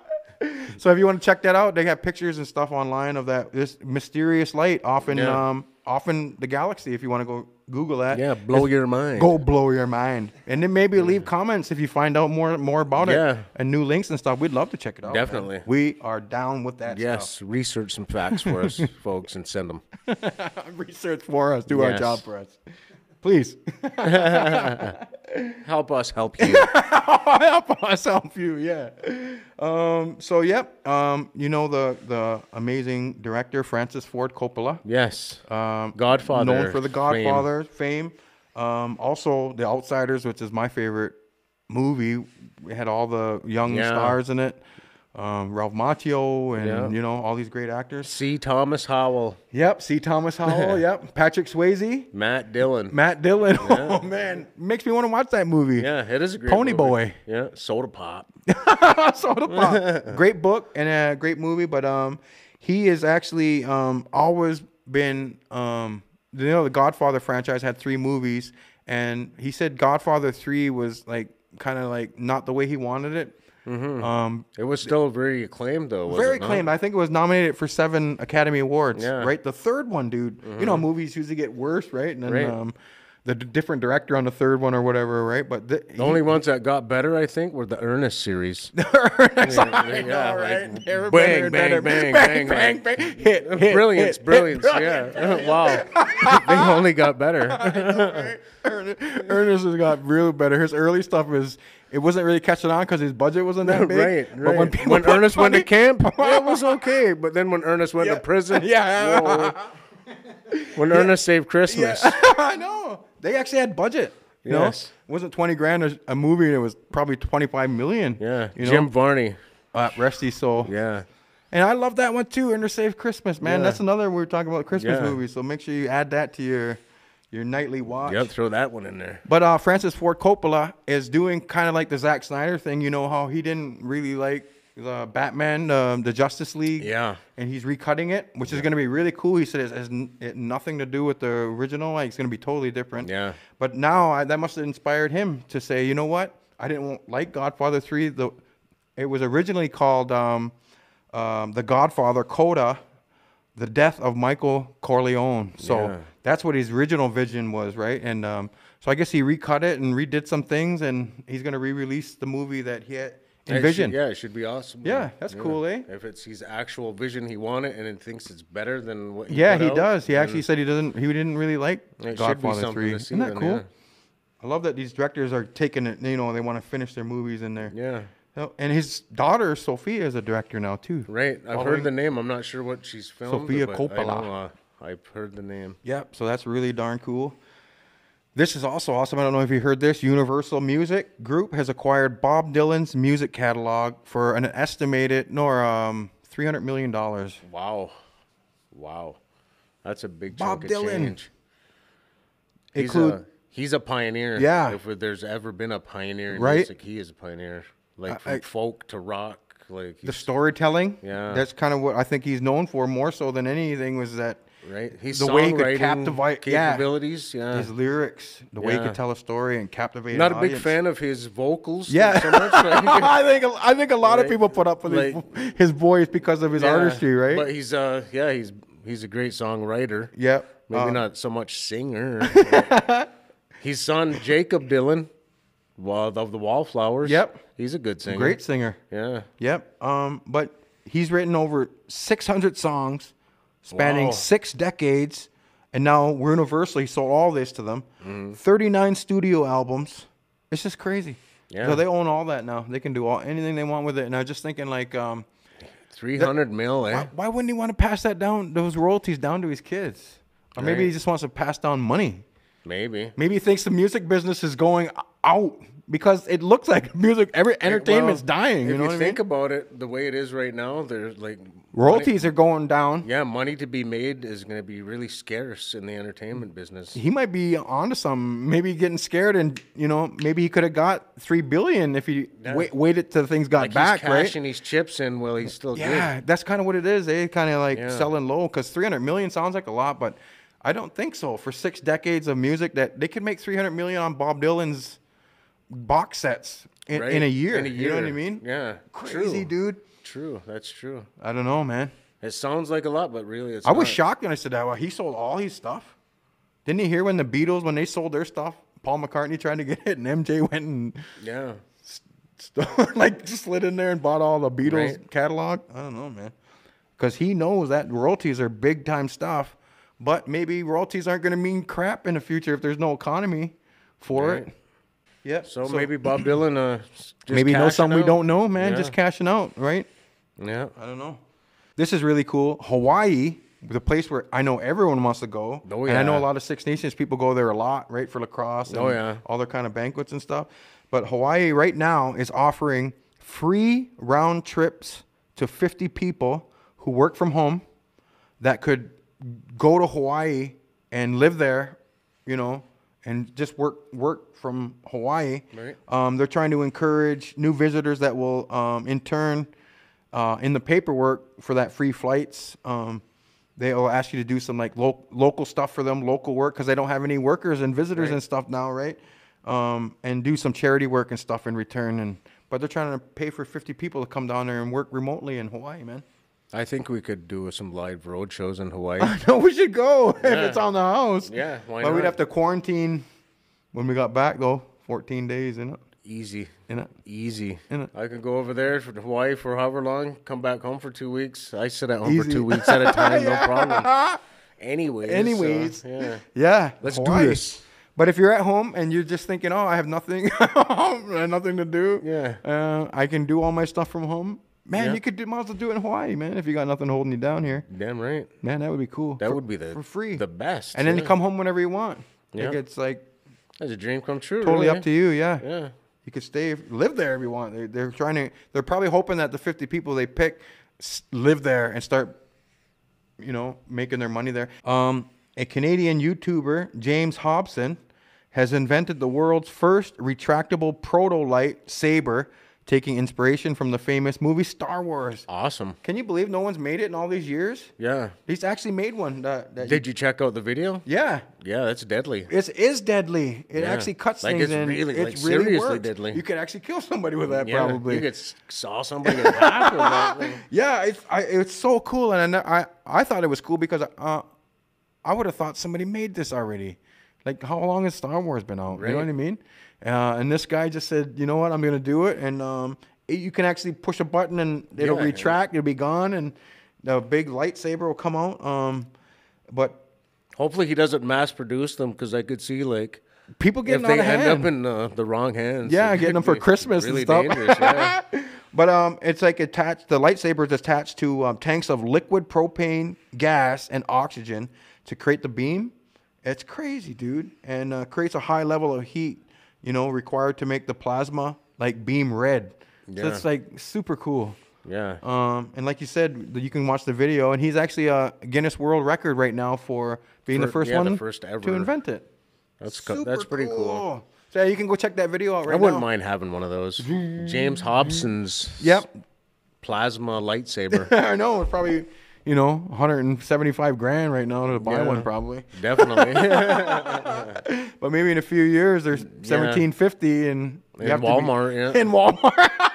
so if you want to check that out, they have pictures and stuff online of that this mysterious light off in
Yeah.
um off in the galaxy. If you want to go Google that,
yeah. Blow your mind.
go blow your mind, and then maybe leave comments if you find out more more about
Yeah.
it and new links and stuff. We'd love to check it out. man.
Definitely.
we are down with that.
Yes, research some facts for us, folks, and send them.
stuff. research for us, do our
Yes.
job for us, please.
Help us help you.
help us help you yeah um so yep um you know the the amazing director francis ford coppola
yes.
um
Godfather.
known for the
fame.
godfather fame, um also the outsiders which is my favorite movie it had all the young
Yeah.
stars in it um ralph macchio and
Yeah.
you know all these great actors
C. Thomas Howell,
yep see thomas howell yep patrick swayze
Matt Dillon.
matt dillon oh man makes me want to watch that movie
yeah, it is a great
Pony
movie.
Boy.
Yeah, Soda Pop.
Soda Pop. great book and a great movie, but um, he is actually um always been um you know the Godfather franchise had three movies, and he said Godfather three was like kind of like not the way he wanted it. Um,
It was still very acclaimed though. Was
very
it not?
acclaimed. I think it was nominated for seven Academy Awards.
Yeah. Mm-hmm.
Right, the third one, dude. You know, movies usually get worse, right? And then
Right.
um, the d- different director on the third one or whatever, right? But the,
The only ones that got better, I think, were the Ernest series.
I
Yeah,
know, right?
like,
They're
bang,
better,
bang,
better.
bang, bang, bang.
Hit, hit,
brilliance,
hit,
brilliance,
hit,
yeah. wow. they only got better.
Ernest Ernest has got real better. His early stuff is it wasn't really catching on because his budget wasn't that big.
right, right.
But when, people
when
put
Ernest went to
money-
camp, it was okay. But then when Ernest went to prison,
yeah,
whoa. when Ernest saved Christmas,
I know they actually had budget. You
Yes.
know, it wasn't twenty grand a, a movie, and it was probably twenty five million.
yeah,
you know,
Jim Varney,
uh, rest his soul.
yeah.
And I love that one too, Ernest Save Christmas, man.
Yeah.
That's another we were talking about Christmas
Yeah.
movies. So make sure you add that to your your nightly watch.
Yeah, throw that one in there.
But uh, Francis Ford Coppola is doing kind of like the Zack Snyder thing. You know how he didn't really like the Batman, um, the Justice League.
Yeah.
And he's recutting it, which is going to be really cool. He said it has n- it nothing to do with the original. Like it's going to be totally different.
Yeah.
But now I, that must have inspired him to say, you know what? I didn't want- like Godfather three. The it was originally called um, um, the Godfather Coda the death of Michael Corleone. So
Yeah.
that's what his original vision was, right? And um, so I guess he recut it and redid some things, and he's gonna re-release the movie that he had
It
envisioned.
should- yeah, it should be awesome.
Yeah, that's cool, eh?
If it's his actual vision, he wanted and it thinks it's better than what.
Yeah,
put
he
out,
does. He
then
actually said he doesn't. He didn't really like
it should be
Godfather
something
Three.
to see
Isn't that
then,
cool?
yeah.
I love that these directors are taking it. You know, they want to finish their movies in there.
Yeah,
So- And his daughter Sophia is a director now too.
right. I've
Following-
heard the name. I'm not sure what she's filmed.
Sofia
but I
Coppola.
know, uh, I've heard the name.
Yep. So that's really darn cool. This is also awesome. I don't know if you heard this. Universal Music Group has acquired Bob Dylan's music catalog for an estimated nor um three hundred million dollars.
Wow, wow, that's a big
Bob
chunk of
Dylan.
change. He's
Include
a he's a pioneer.
Yeah.
if there's ever been a pioneer in
Right?
music, he is a pioneer. Like from
I-
folk to rock, like
the
he's,
storytelling.
Yeah.
That's kind of what I think he's known for more so than anything was that
right. He's
the way he could
songwriting
captivate- yeah.
capabilities. Yeah,
his lyrics, the way he
Yeah.
could tell a story and captivate.
not
an
a big
audience.
fan of his vocals.
Yeah.
so much, like-
I think I think a lot of
Like-
people put up with his, his voice because of his
Yeah,
artistry, right?
But he's uh, yeah, he's he's a great songwriter.
yep.
maybe
Uh,
not so much singer. but his son Jacob Dylan, well, of the Wallflowers.
Yep.
he's a good singer.
Great singer.
Yeah,
Yep. Um, but he's written over 600 songs, spanning
Wow.
six decades, and now we're universally sold all this to them.
Mm-hmm.
39 studio albums. It's just crazy.
Yeah.
So they own all that now. They can do all anything they want with it. And I was just thinking, like, um,
three hundred mil. Eh?
why, why wouldn't he want to pass that down, those royalties down to his kids? Or maybe he
Right.
just wants to pass down money.
Maybe.
Maybe he thinks the music business is going out because it looks like music, every entertainment's
Well,
dying. You
if
know
you
what I mean?
think about it, the way it is right now, there's like money-
Royalties are going down.
yeah, money to be made is going to be really scarce in the entertainment business.
he might be onto something. Maybe getting scared, and you know, maybe he could have got three billion if he wait, waited till things got
Like
back,
he's
right?
cashing his chips in while he's still
Yeah,
good.
that's kind of what it is. They kind of like
Yeah.
selling low because three hundred million sounds like a lot, but I don't think so. For six decades of music, that they could make three hundred million on Bob Dylan's box sets in,
right?
in a year.
In a
You know what I
year.
mean?
Yeah.
Crazy
true.
dude.
True. That's true.
I don't know, man.
It sounds like a lot, but really, it's.
I was
not.
shocked when I said that. Well, he sold all his stuff. Didn't you hear when the Beatles when they sold their stuff? Paul McCartney tried to get it, and MJ went and
Yeah.
store, like slid in there and bought all the Beatles
Right.
catalog. I don't know, man, because he knows that royalties are big time stuff, but maybe royalties aren't going to mean crap in the future if there's no economy for it.
Right.
Yeah,
So, maybe Bob Dylan. Uh, s- just
maybe know
cashing
something we
out.
don't know, man.
Yeah.
Just cashing out, right?
Yeah.
I don't know. This is really cool. Hawaii, the place where I know everyone wants to go.
Oh,
And I know a
yeah.
lot of Six Nations people go there a lot, right, for lacrosse and
Oh, yeah.
all their kind of banquets and stuff. But Hawaii right now is offering free round trips to 50 people who work from home that could go to Hawaii and live there, you know, and just work work from Hawaii.
Right.
Um, they're trying to encourage new visitors that will, um, in turn, uh, in the paperwork for that free flights, um, they will ask you to do some like lo- local stuff for them, local work, because they don't have any workers and visitors and stuff now, right? Um, and do some charity work and stuff in return. And but they're trying to pay for 50 people to come down there and work remotely in Hawaii, man.
I think we could do some live road shows in Hawaii.
No, we should go
Yeah.
if it's on the house.
Yeah, why
but we'd
not?
have to quarantine when we got back though. 14 days in it.
Easy.
In it.
Easy.
Innit?
I could go over there for Hawaii for however long, come back home for two weeks. I sit at home for
Easy.
two weeks at a time, no problem. Anyways. so,
Anyways.
uh, yeah.
Yeah.
Let's do this.
But if you're at home and you're just thinking, "Oh, I have nothing, I have nothing to do.
Yeah.
Uh, I can do all my stuff from home." Man,
Yeah.
you could do, might as well do it in Hawaii, man. If you got nothing holding you down here,
Damn right.
man, that would be cool.
That
For-
would be the
for free,
the best.
and then
yeah.
you come home whenever you want. Like
Yeah.
it's like
That's a dream come true.
totally
really,
up to you.
eh? Yeah.
You could stay, live there if you want. They're, they're trying to. They're probably hoping that the 50 people they pick s- live there and start, you know, making their money there. Um, a Canadian YouTuber, James Hobson, has invented the world's first retractable proto light saber taking inspiration from the famous movie Star Wars.
Awesome.
Can you believe no one's made it in all these years?
Yeah.
He's actually made one. That, that
Did you check out the video?
yeah,
Yeah, that's deadly.
it is deadly. It
Yeah.
actually cuts
Like,
things
it's
in.
really-
it
like,
really
seriously
works.
deadly.
You could actually kill somebody with that,
Yeah,
probably.
You could s- saw somebody in the back with that thing.
Yeah, it's I, it's so cool, and I, ne- I I thought it was cool because uh, I would have thought somebody made this already. Like, how long has Star Wars been out? You know
Right.
what I mean? Uh, and this guy just said, you know what, I'm gonna do it, and um, it- you can actually push a button and it'll
Yeah.
retract, it'll be gone, and the big lightsaber will come out. Um, but
Hopefully, he doesn't mass produce them because I could see like
people getting
if they
out of hand.
end up in uh, the wrong hands.
Yeah,
it
getting
could
them for
be
Christmas and
Really
stuff.
dangerous. Yeah.
But um, it's like attached. The lightsaber is attached to um, tanks of liquid propane gas and oxygen to create the beam. It's crazy, dude, and uh, creates a high level of heat. You know, required to make the plasma like beam red. So it's
Yeah.
like super cool.
yeah.
Um, and like you said, you can watch the video, and he's actually a Guinness World Record right now for being the
For-
first
yeah, the
one
first
to
ever.
invent it.
That's co- that's pretty cool.
So you can go check that video out right
I wouldn't
now.
mind having one of those. James Hobson's
Yep,
plasma lightsaber.
I know it's probably you know 175 grand right now to buy
Yeah.
one probably,
Definitely.
but maybe in a few years there's 1750 and you
in
have to be-
Walmart. yeah.
in Walmart.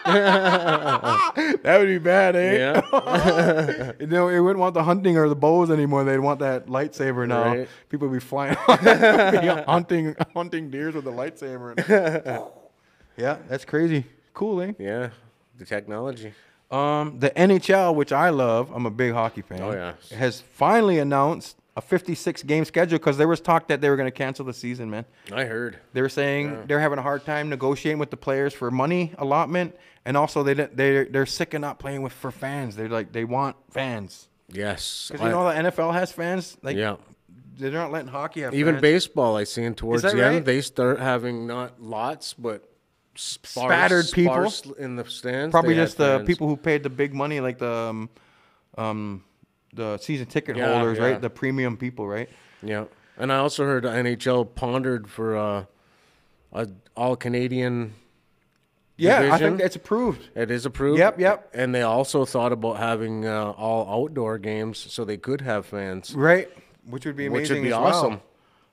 that would be bad, eh?
yeah.
You know, they wouldn't want the hunting or the bows anymore. They'd want that lightsaber now.
Right.
People would be flying, be hunting, hunting deers with a lightsaber. yeah, that's crazy. Cool, eh?
Yeah. The technology.
Um, the NHL, which I love, I'm a big hockey fan.
Oh, yeah.
has finally announced a 56 game schedule because there was talk that they were going to cancel the season, man.
I heard.
They were saying they're having a hard time negotiating with the players for money allotment, and also they didn't- they they're sick of not playing with for fans. They're like they want fans
Yes.
because you know the NFL has fans. Like
yeah.
they're not letting hockey have
Even
fans.
baseball, I seen towards
that
the
right?
end, they start having not lots, but sparse,
Spattered people?
sparse in the stands.
probably
they had
just the
fans.
people who paid the big money, like the um, um the season ticket
Yeah,
holders,
yeah.
right? The premium people, right?
Yeah, and I also heard NHL pondered for uh, a all Canadian.
Yeah, I
Division?
think that's approved.
It is approved.
Yep, yep.
And they also thought about having uh, all outdoor games so they could have fans,
Right. Which would be amazing.
which would be
as
awesome.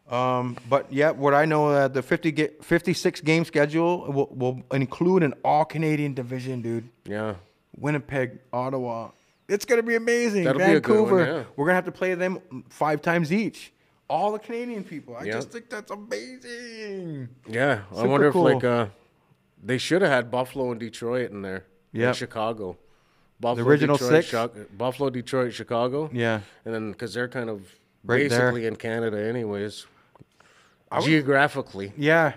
Well. Um, but yeah, what I know that the 50 ga- 56 game schedule will, will include an all Canadian division, dude.
Yeah,
Winnipeg, Ottawa. It's going to be amazing.
That'll be a good one,
Vancouver.
yeah.
We're going to have to play them five times each. All the Canadian people. I
Yeah.
just think that's amazing.
yeah. I
Super
wonder
cool.
if like uh, they should have had Buffalo and Detroit in there. and
Yep.
Chicago. Buffalo,
original
Detroit,
six?
Chi- Buffalo, Detroit, Chicago.
Yeah.
and then because they're kind of
Right there.
basically in Canada, anyways. Geographically,
Yeah.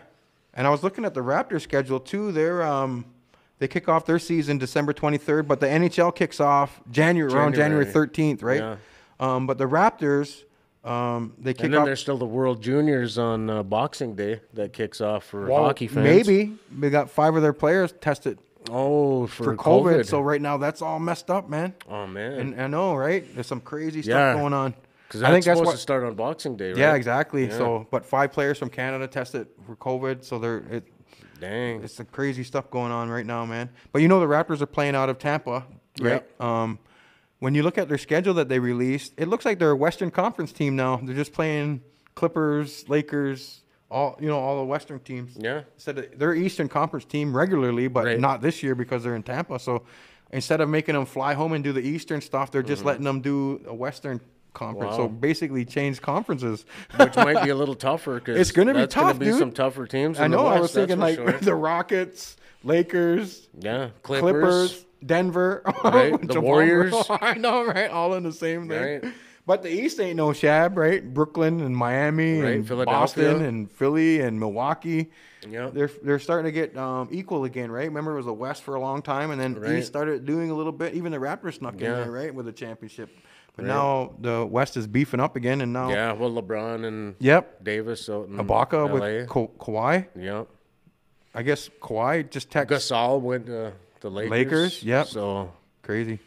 And I was looking at the Raptors schedule too. They're um they kick off their season December 23rd, but the NHL kicks off January, around January
January.
13th, right?
Yeah.
Um but the Raptors um they kick
And then
off
there's still the World Juniors on uh, Boxing Day that kicks off for
Well,
hockey fans.
Maybe they got 5 of their players tested
Oh, for,
for COVID,
COVID.
so right now that's all messed up, man.
oh man,
And I know, right? There's some crazy
Yeah.
stuff going on.
because
I think that's
supposed
what
to start on Boxing Day. Right?
Yeah, exactly. So, but five players from Canada tested for COVID, so they're it,
Dang.
It's the crazy stuff going on right now, man. But you know the Raptors are playing out of Tampa, right?
Yep.
Um, when you look at their schedule that they released, it looks like they're a Western Conference team now. They're just playing Clippers, Lakers, all you know, all the Western teams.
Yeah.
Instead of they're Eastern Conference team regularly, but
Right.
not this year because they're in Tampa. So instead of making them fly home and do the Eastern stuff, they're just letting them do a Western conference. So
Mm-hmm. Wow.
basically change conferences.
Which might be a little tougher because
It's gonna be tough,
be
dude.
Some tougher teams.
I
in the
know. I
West,
was thinking like
that's for sure.
the Rockets, Lakers,
yeah,
Clippers,
Clippers.
Denver,
Right, the
Jamal
Warriors.
Murray. I know, right? All in the same thing.
Right.
But the East ain't no shab, right? Brooklyn and Miami
Right,
and
Philadelphia.
Boston and Philly and Milwaukee.
Yep.
They're they're starting to get um, equal again, right? Remember it was the West for a long time and then
Right.
East started doing a little bit. Even the Raptors snuck in
Yeah.
there, right, with a championship. But now the West is beefing up again and now
Yeah, well, LeBron and
Yep.
Davis out in
Ibaka
LA.
with Ka- Kawhi.
yeah.
I guess Kawhi just text
Gasol went to the Lakers.
Lakers, yep.
So
Crazy.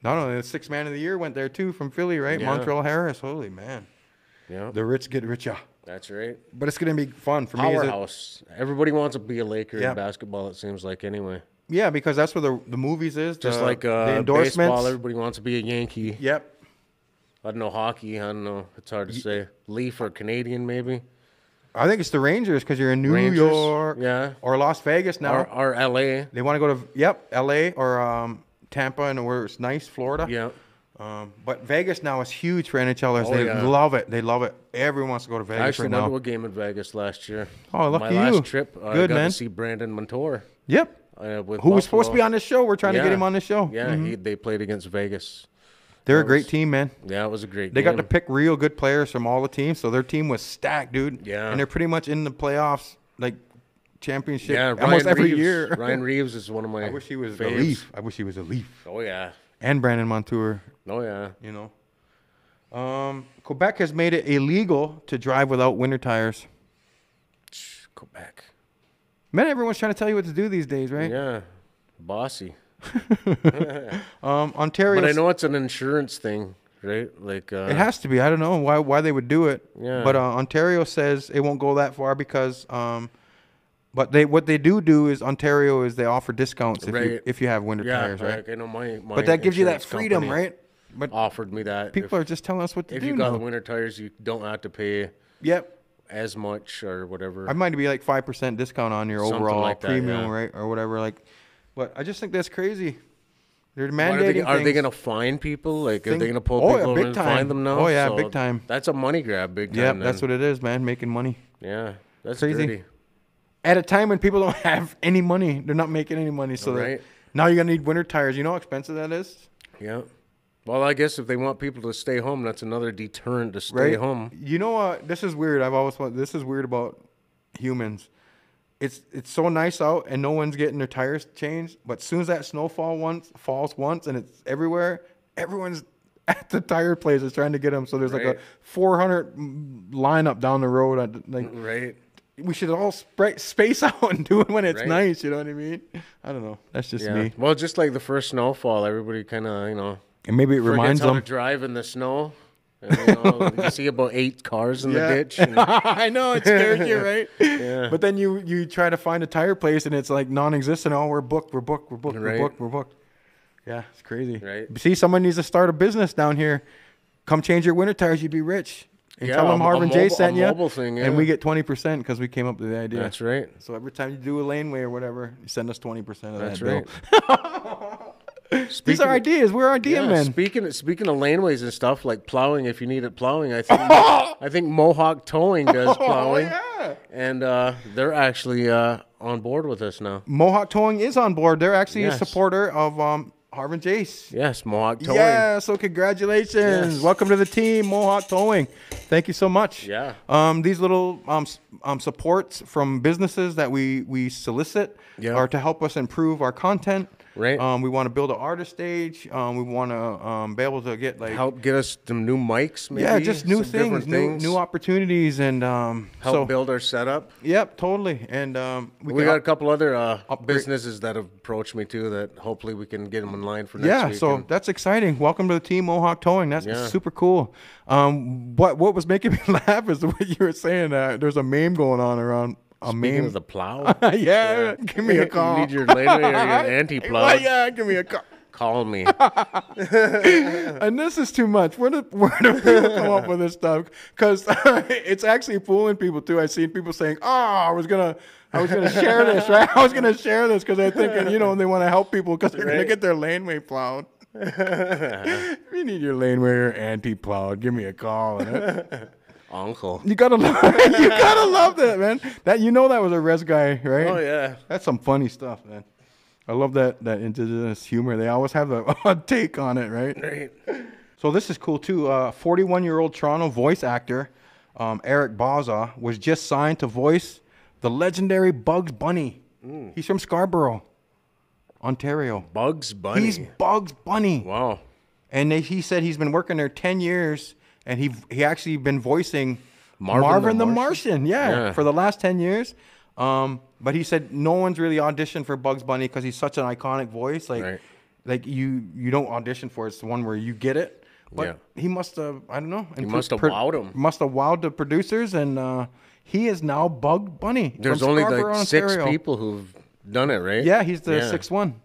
Not only the sixth man of the year went there too from Philly, right?
Yeah.
Montreal Harris. Holy man.
yeah,
The rich get richer.
that's right.
But it's gonna be fun for me. as a-
Powerhouse. Everybody wants to be a Laker
Yep.
in basketball. It seems like anyway.
Yeah, because that's where the the movies is.
Just
the-
like uh,
the
baseball, everybody wants to be a Yankee.
Yep.
I don't know hockey. I don't know. It's hard to say. Leaf or Canadian, maybe,
I think it's the Rangers because you're in New
Rangers?
York,
Yeah.
or Las Vegas now.
or, or LA.
they want to go to yep, L.A. or um, Tampa and where it's nice, Florida.
Yeah,
Um, but Vegas now is huge for NHLers.
Oh,
they
yeah.
love it. They love it. Everyone wants to go to
I
Vegas
actually
right
went
now.
to a game in Vegas last year.
Oh,
My
lucky you.
last trip, I
Good,
got
man.
to see Brandon Montour.
Yep.
Uh, with
Who was supposed to be
Buffalo.
on this show? We're trying to
Yeah.
get him on Mm-hmm. this show.
Yeah, he, they played against Vegas.
They're a great team, man.
Yeah, it was a great.
They got to
game.
pick real good players from all the teams, so their team was stacked, dude.
Yeah.
And they're pretty much in the playoffs, like championship
Yeah,
almost
Ryan
every
Reeves.
year.
Ryan Reeves is one of my.
I wish he was a
faves.
leaf. I wish he was a leaf.
Oh yeah,
And Brandon Montour,
oh yeah.
you know. Um, Quebec has made it illegal to drive without winter tires.
Go back.
Man, everyone's trying to tell you what to do these days, right?
Yeah, bossy.
Um, Ontario,
But I know it's an insurance thing, right? Like uh,
it has to be. I don't know why why they would do it.
Yeah.
But uh, Ontario says it won't go that far because. Um, but they what they do do is Ontario is they offer discounts if you
Right.
if you have winter
Yeah,
tires, right?
like, I know my. my
But that gives you that
insurance
freedom,
company
right? But
Offered me that.
people are
if,
just telling us what to
if
do.
you got the
now.
winter tires, you don't have to pay
Yep.
as much or whatever.
I might be like five percent discount on your
Something
overall
like that,
premium,
yeah.
right, or whatever. Like, but I just think that's crazy. They're
Why
mandating.
are they, are
things.
they gonna fine people? Like, are
Thing-
they gonna pull
Oh, yeah,
people over
big
and
time.
find them now?
Oh, yeah, big time.
That's a money grab, big time.
Yep, that's
then.
what it is, man. Making money
Yeah, that's
Crazy.
dirty.
at a time when people don't have any money. They're not making any money, so that-
Right.
now you're gonna need winter tires. You know how expensive that is,
Yeah. Well, I guess if they want people to stay home, that's another deterrent to stay
right?
home.
You know what? This is weird. I've always thought this is weird about humans. It's it's so nice out and no one's getting their tires changed, but soon as that snowfall once falls once and it's everywhere, everyone's at the tire places trying to get them. So there's like
Right.
a 400 lineup down the road. on- Like
Right.
we should all spread space out and do it when it's
Right.
nice. You know what I mean? I don't know. That's just
Yeah.
me.
Well, just like the first snowfall, everybody kind of you know
And maybe it
forgets
reminds
how
them.
to drive in the snow. And, you, know, you see about eight cars in
Yeah.
the ditch. and-
I know it scares you, right? But then you you try to find a tire place and it's like non-existent. Oh, we're booked. We're booked. We're booked.
Right.
We're booked. We're booked. Yeah, it's crazy.
Right.
See, someone needs to start a business down here. Come change your winter tires. You'd be rich. And
Yeah,
tell them
a- a
Harvin J
mobile- a
sent you.
mobile thing, yeah.
And we get twenty percent because we came up with the idea.
That's right.
So every time you do a laneway or whatever, you send us twenty percent of
That's
that. bill.
right.
These are
Speaking-
ideas. We're idea
Yeah,
men.
Speaking speaking of laneways and stuff like plowing, if you need it plowing, I think I think Mohawk Towing does plowing,
Oh, yeah.
and uh, they're actually uh, on board with us now.
Mohawk Towing is on board. They're actually a
Yes.
supporter of um, Harvin Jace.
Yes, Mohawk Towing.
Yeah, so congratulations.
Yes.
Welcome to the team, Mohawk Towing. Thank you so much.
Yeah.
Um, these little um, s- um supports from businesses that we we solicit
Yeah.
are to help us improve our content.
Right.
Um, we want to build an artist stage. Um, we want to um, be able to get like
Help get us some new mics, maybe.
yeah, just new
some different
things, new, new opportunities, and um,
Help
so
build our setup.
yep, totally. And um,
We
can
got
up-
a couple other uh,
upgrade-
businesses that have approached me too that hopefully we can get them in line for next
Yeah,
week.
so
and-
that's exciting. Welcome to the team Mohawk Towing. That's
Yeah.
super cool. Um, what what was making me laugh is what you were saying. Uh, there's a meme going on around a
speaking
meme.
of the plow.
yeah, give me a call.
you need your laneway or your anti-plow.
yeah, give me a call.
Call me.
and this is too much. Where do, where do people come up with this stuff? Because it's actually fooling people too. I've seen people saying, "Oh, I was gonna, I was gonna share this, right? I was gonna share this because they're thinking, you know, they want to help people because they're gonna
Right.
get their laneway plowed." If you need your laneway or anti-plowed, give me a call. and-
Uncle.
You gotta, love, you gotta love that, man. That you know that was a res guy, right?
Oh yeah.
That's some funny stuff, man. I love that that indigenous humor. They always have a, a take on it, right?
Great.
So this is cool too. Uh, 41-year-old Toronto voice actor um, Eric Baza was just signed to voice the legendary Bugs Bunny. He's from Scarborough, Ontario.
Bugs Bunny.
He's Bugs Bunny,
wow.
and they, he said he's been working there 10 years, and he he actually been voicing
Marvin the
Marvin the,
Martian?
Martian, yeah,
Yeah.
for the last 10 years. Um, but he said no one's really auditioned for Bugs Bunny because he's such an iconic voice. Like,
Right.
like you you don't audition for it. It's the one where you get it. But
Yeah.
he must have I don't know. He
must have wowed 'em.
Must have wowed the producers, and uh, he is now Bug Bunny.
There's
from
only
Scarborough,
like six
Ontario.
people who've done it, right?
Yeah, he's the
Yeah.
sixth one.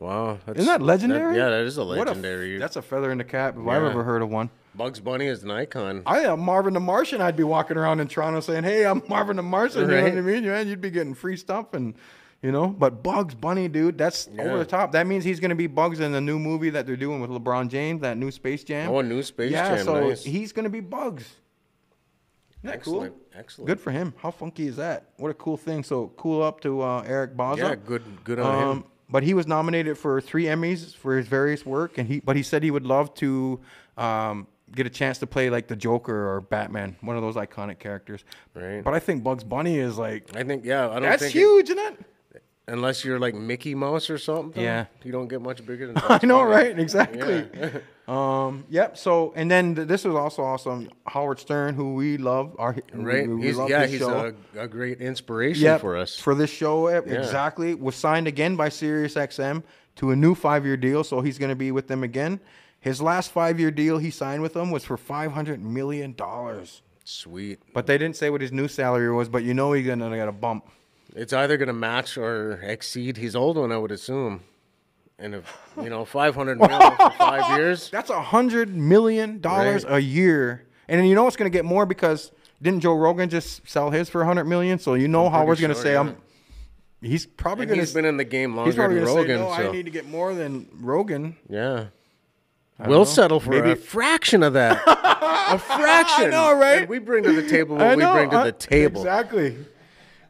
Wow, that's,
Isn't that legendary?
yeah, that is a
What
legendary.
that's a feather in the cap if I've
Yeah.
ever heard of one.
Bugs Bunny is an icon.
I am Marvin the Martian. I'd be walking around in Toronto saying, "Hey, I'm Marvin the Martian." You know what I
Right.
mean? Man, you'd be getting free stuff and you know. But Bugs Bunny, dude, that's over the top. That means he's going to be Bugs in the new movie that they're doing with LeBron James, that new Space Jam.
Oh, a new Space
yeah,
Jam,
so
nice.
he's going to be Bugs. Isn't that
Excellent,
cool?
excellent.
Good for him. How funky is that? What a cool thing. So cool up to uh, Eric Bozza.
Yeah, good, good on him.
Um, But he was nominated for three Emmys for his various work, and he but he said he would love to um, get a chance to play like the Joker or Batman, one of those iconic characters.
Right.
But I think Bugs Bunny is like
I think, yeah, I don't
that's
think it-
huge, isn't it?
unless you're like Mickey Mouse or something.
Yeah.
you don't get much bigger than.
I
Bugs
know,
Bunny.
right? Exactly. um, yep. So and then th- this was also awesome. Howard Stern, who we love, our
Right?
we, we
He's,
love
yeah,
his
he's
show.
a, a great inspiration
Yep,
for us.
for this show e- exactly was signed again by SiriusXM to a new five-year deal so he's going to be with them again his last five-year deal he signed with them was for 500 million dollars
Sweet.
but they didn't say what his new salary was but you know he's going to get a bump
It's either going to match or exceed his old one, I would assume. And if you know, five hundred million for five years.
that's a hundred million dollars
Right.
a year and then you know it's going to get more because didn't joe rogan just sell his for 100 million so you know how we're
pretty
going to
sure,
say
yeah.
i'm he's probably
And
going
he's
to
been in the game
he's
longer
probably
than
going to
Rogan.
say no
so
i need to get more than rogan
yeah, we'll settle for
Maybe-
a fraction of that. a fraction.
I know, right?
And we bring to the table what we bring to
uh,
the table.
Exactly.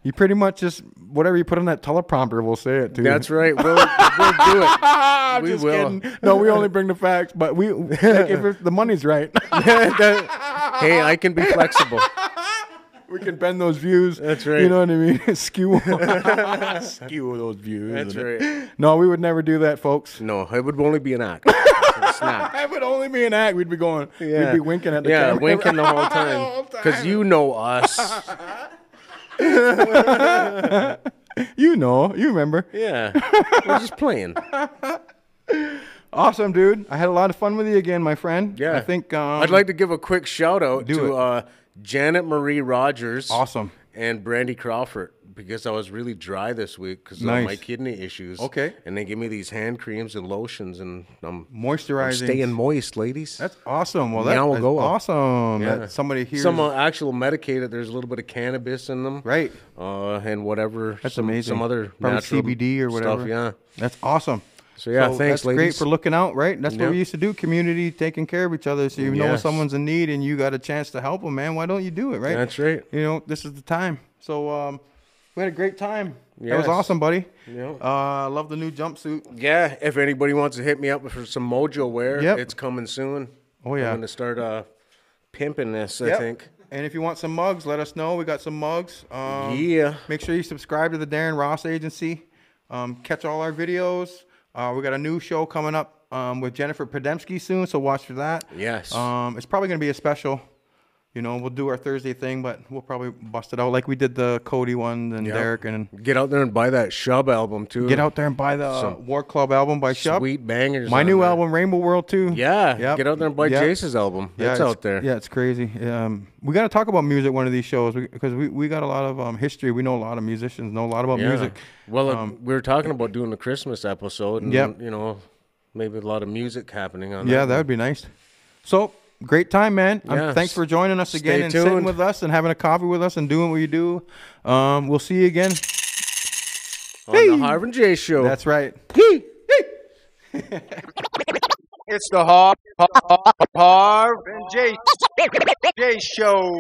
You pretty much just whatever you put on that teleprompter, we'll say it too.
That's right. We'll, we'll do it.
I'm
we
just
will.
kidding. No, we only bring the facts, but we like, if it's, the money's right,
hey, I can be flexible.
we can bend those views.
That's
You
right.
know what I mean? Skew, skew those views.
That's
isn't it?
right.
No, we would never do that, folks.
No, it would only be an act. It's not.
That would only be an act. We'd be going. We'd be winking at the
yeah,
camera.
winking the whole time. Because you know us.
You know, you remember.
yeah. We're just playing.
Um, Awesome, dude. I had a lot of fun with you again, my friend.
Yeah.
I think um,
I'd like to give a quick shout out
do
to
it.
uh, Janet Marie Rogers.
um, Awesome.
And Brandy Crawford because I was really dry this week because of
Nice.
my kidney issues.
Okay.
And they give me these hand creams and lotions and I'm, I'm
moisturizing.
staying moist, ladies.
That's awesome. Well,
Meow
that's
Goa.
awesome.
Yeah.
That somebody here.
Some uh, actual medicated. There's a little bit of cannabis in them,
Right.
Uh, and whatever.
that's
some,
amazing.
Some other
Probably
natural
CBD or whatever.
Stuff, yeah.
That's awesome.
So, yeah, thanks,
that's great
ladies.
for looking out, right? That's what we
Yep.
used to do: community taking care of each other. So you know when
Yes.
someone's in need and you got a chance to help them, man. Why don't you do it, right?
That's right.
You know, this is the time. So um, we had a great time. That was
Yes.
awesome, buddy.
Yeah.
Uh, love the new jumpsuit.
Yeah. If anybody wants to hit me up for some mojo wear,
Yep.
it's coming soon.
Oh, yeah.
I'm gonna start uh, pimping this. I
Yep.
think.
And if you want some mugs, let us know. We got some mugs. Um,
Yeah.
Make sure you subscribe to the Darren Ross Agency. Um, catch all our videos. Uh, we got a new show coming up um, with Jennifer Podemsky soon, so watch for that.
Yes.
Um, it's probably going to be a special. You know, we'll do our Thursday thing, but we'll probably bust it out like we did the Cody one and Derek. And
Get out there and buy that Shub album too.
get out there and buy the uh,
Some
War Club album by Shub.
Sweet bangers.
My
on
new
there.
album, Rainbow World, too.
Yeah.
Yep.
Get out there and buy
Yep.
Jace's album.
Yeah,
That's
it's-
out there.
Yeah, it's crazy. Um, we got to talk about music one of these shows because we, we got a lot of um, history. We know a lot of musicians, know a lot about
Yeah.
music. Um,
Well, uh, we were talking about doing the Christmas episode, and
Yep.
you know, maybe a lot of music happening on.
Yeah,
that
that would be nice. So great time, man.
Yeah,
Um, thanks
s-
for joining us again
stay
and sitting
tuned.
with us and having a coffee with us and doing what you do. Um, we'll see you again.
on the Harvin J Show.
That's right.
It's the Harv, Harv, Harv and Jay, Jay Show.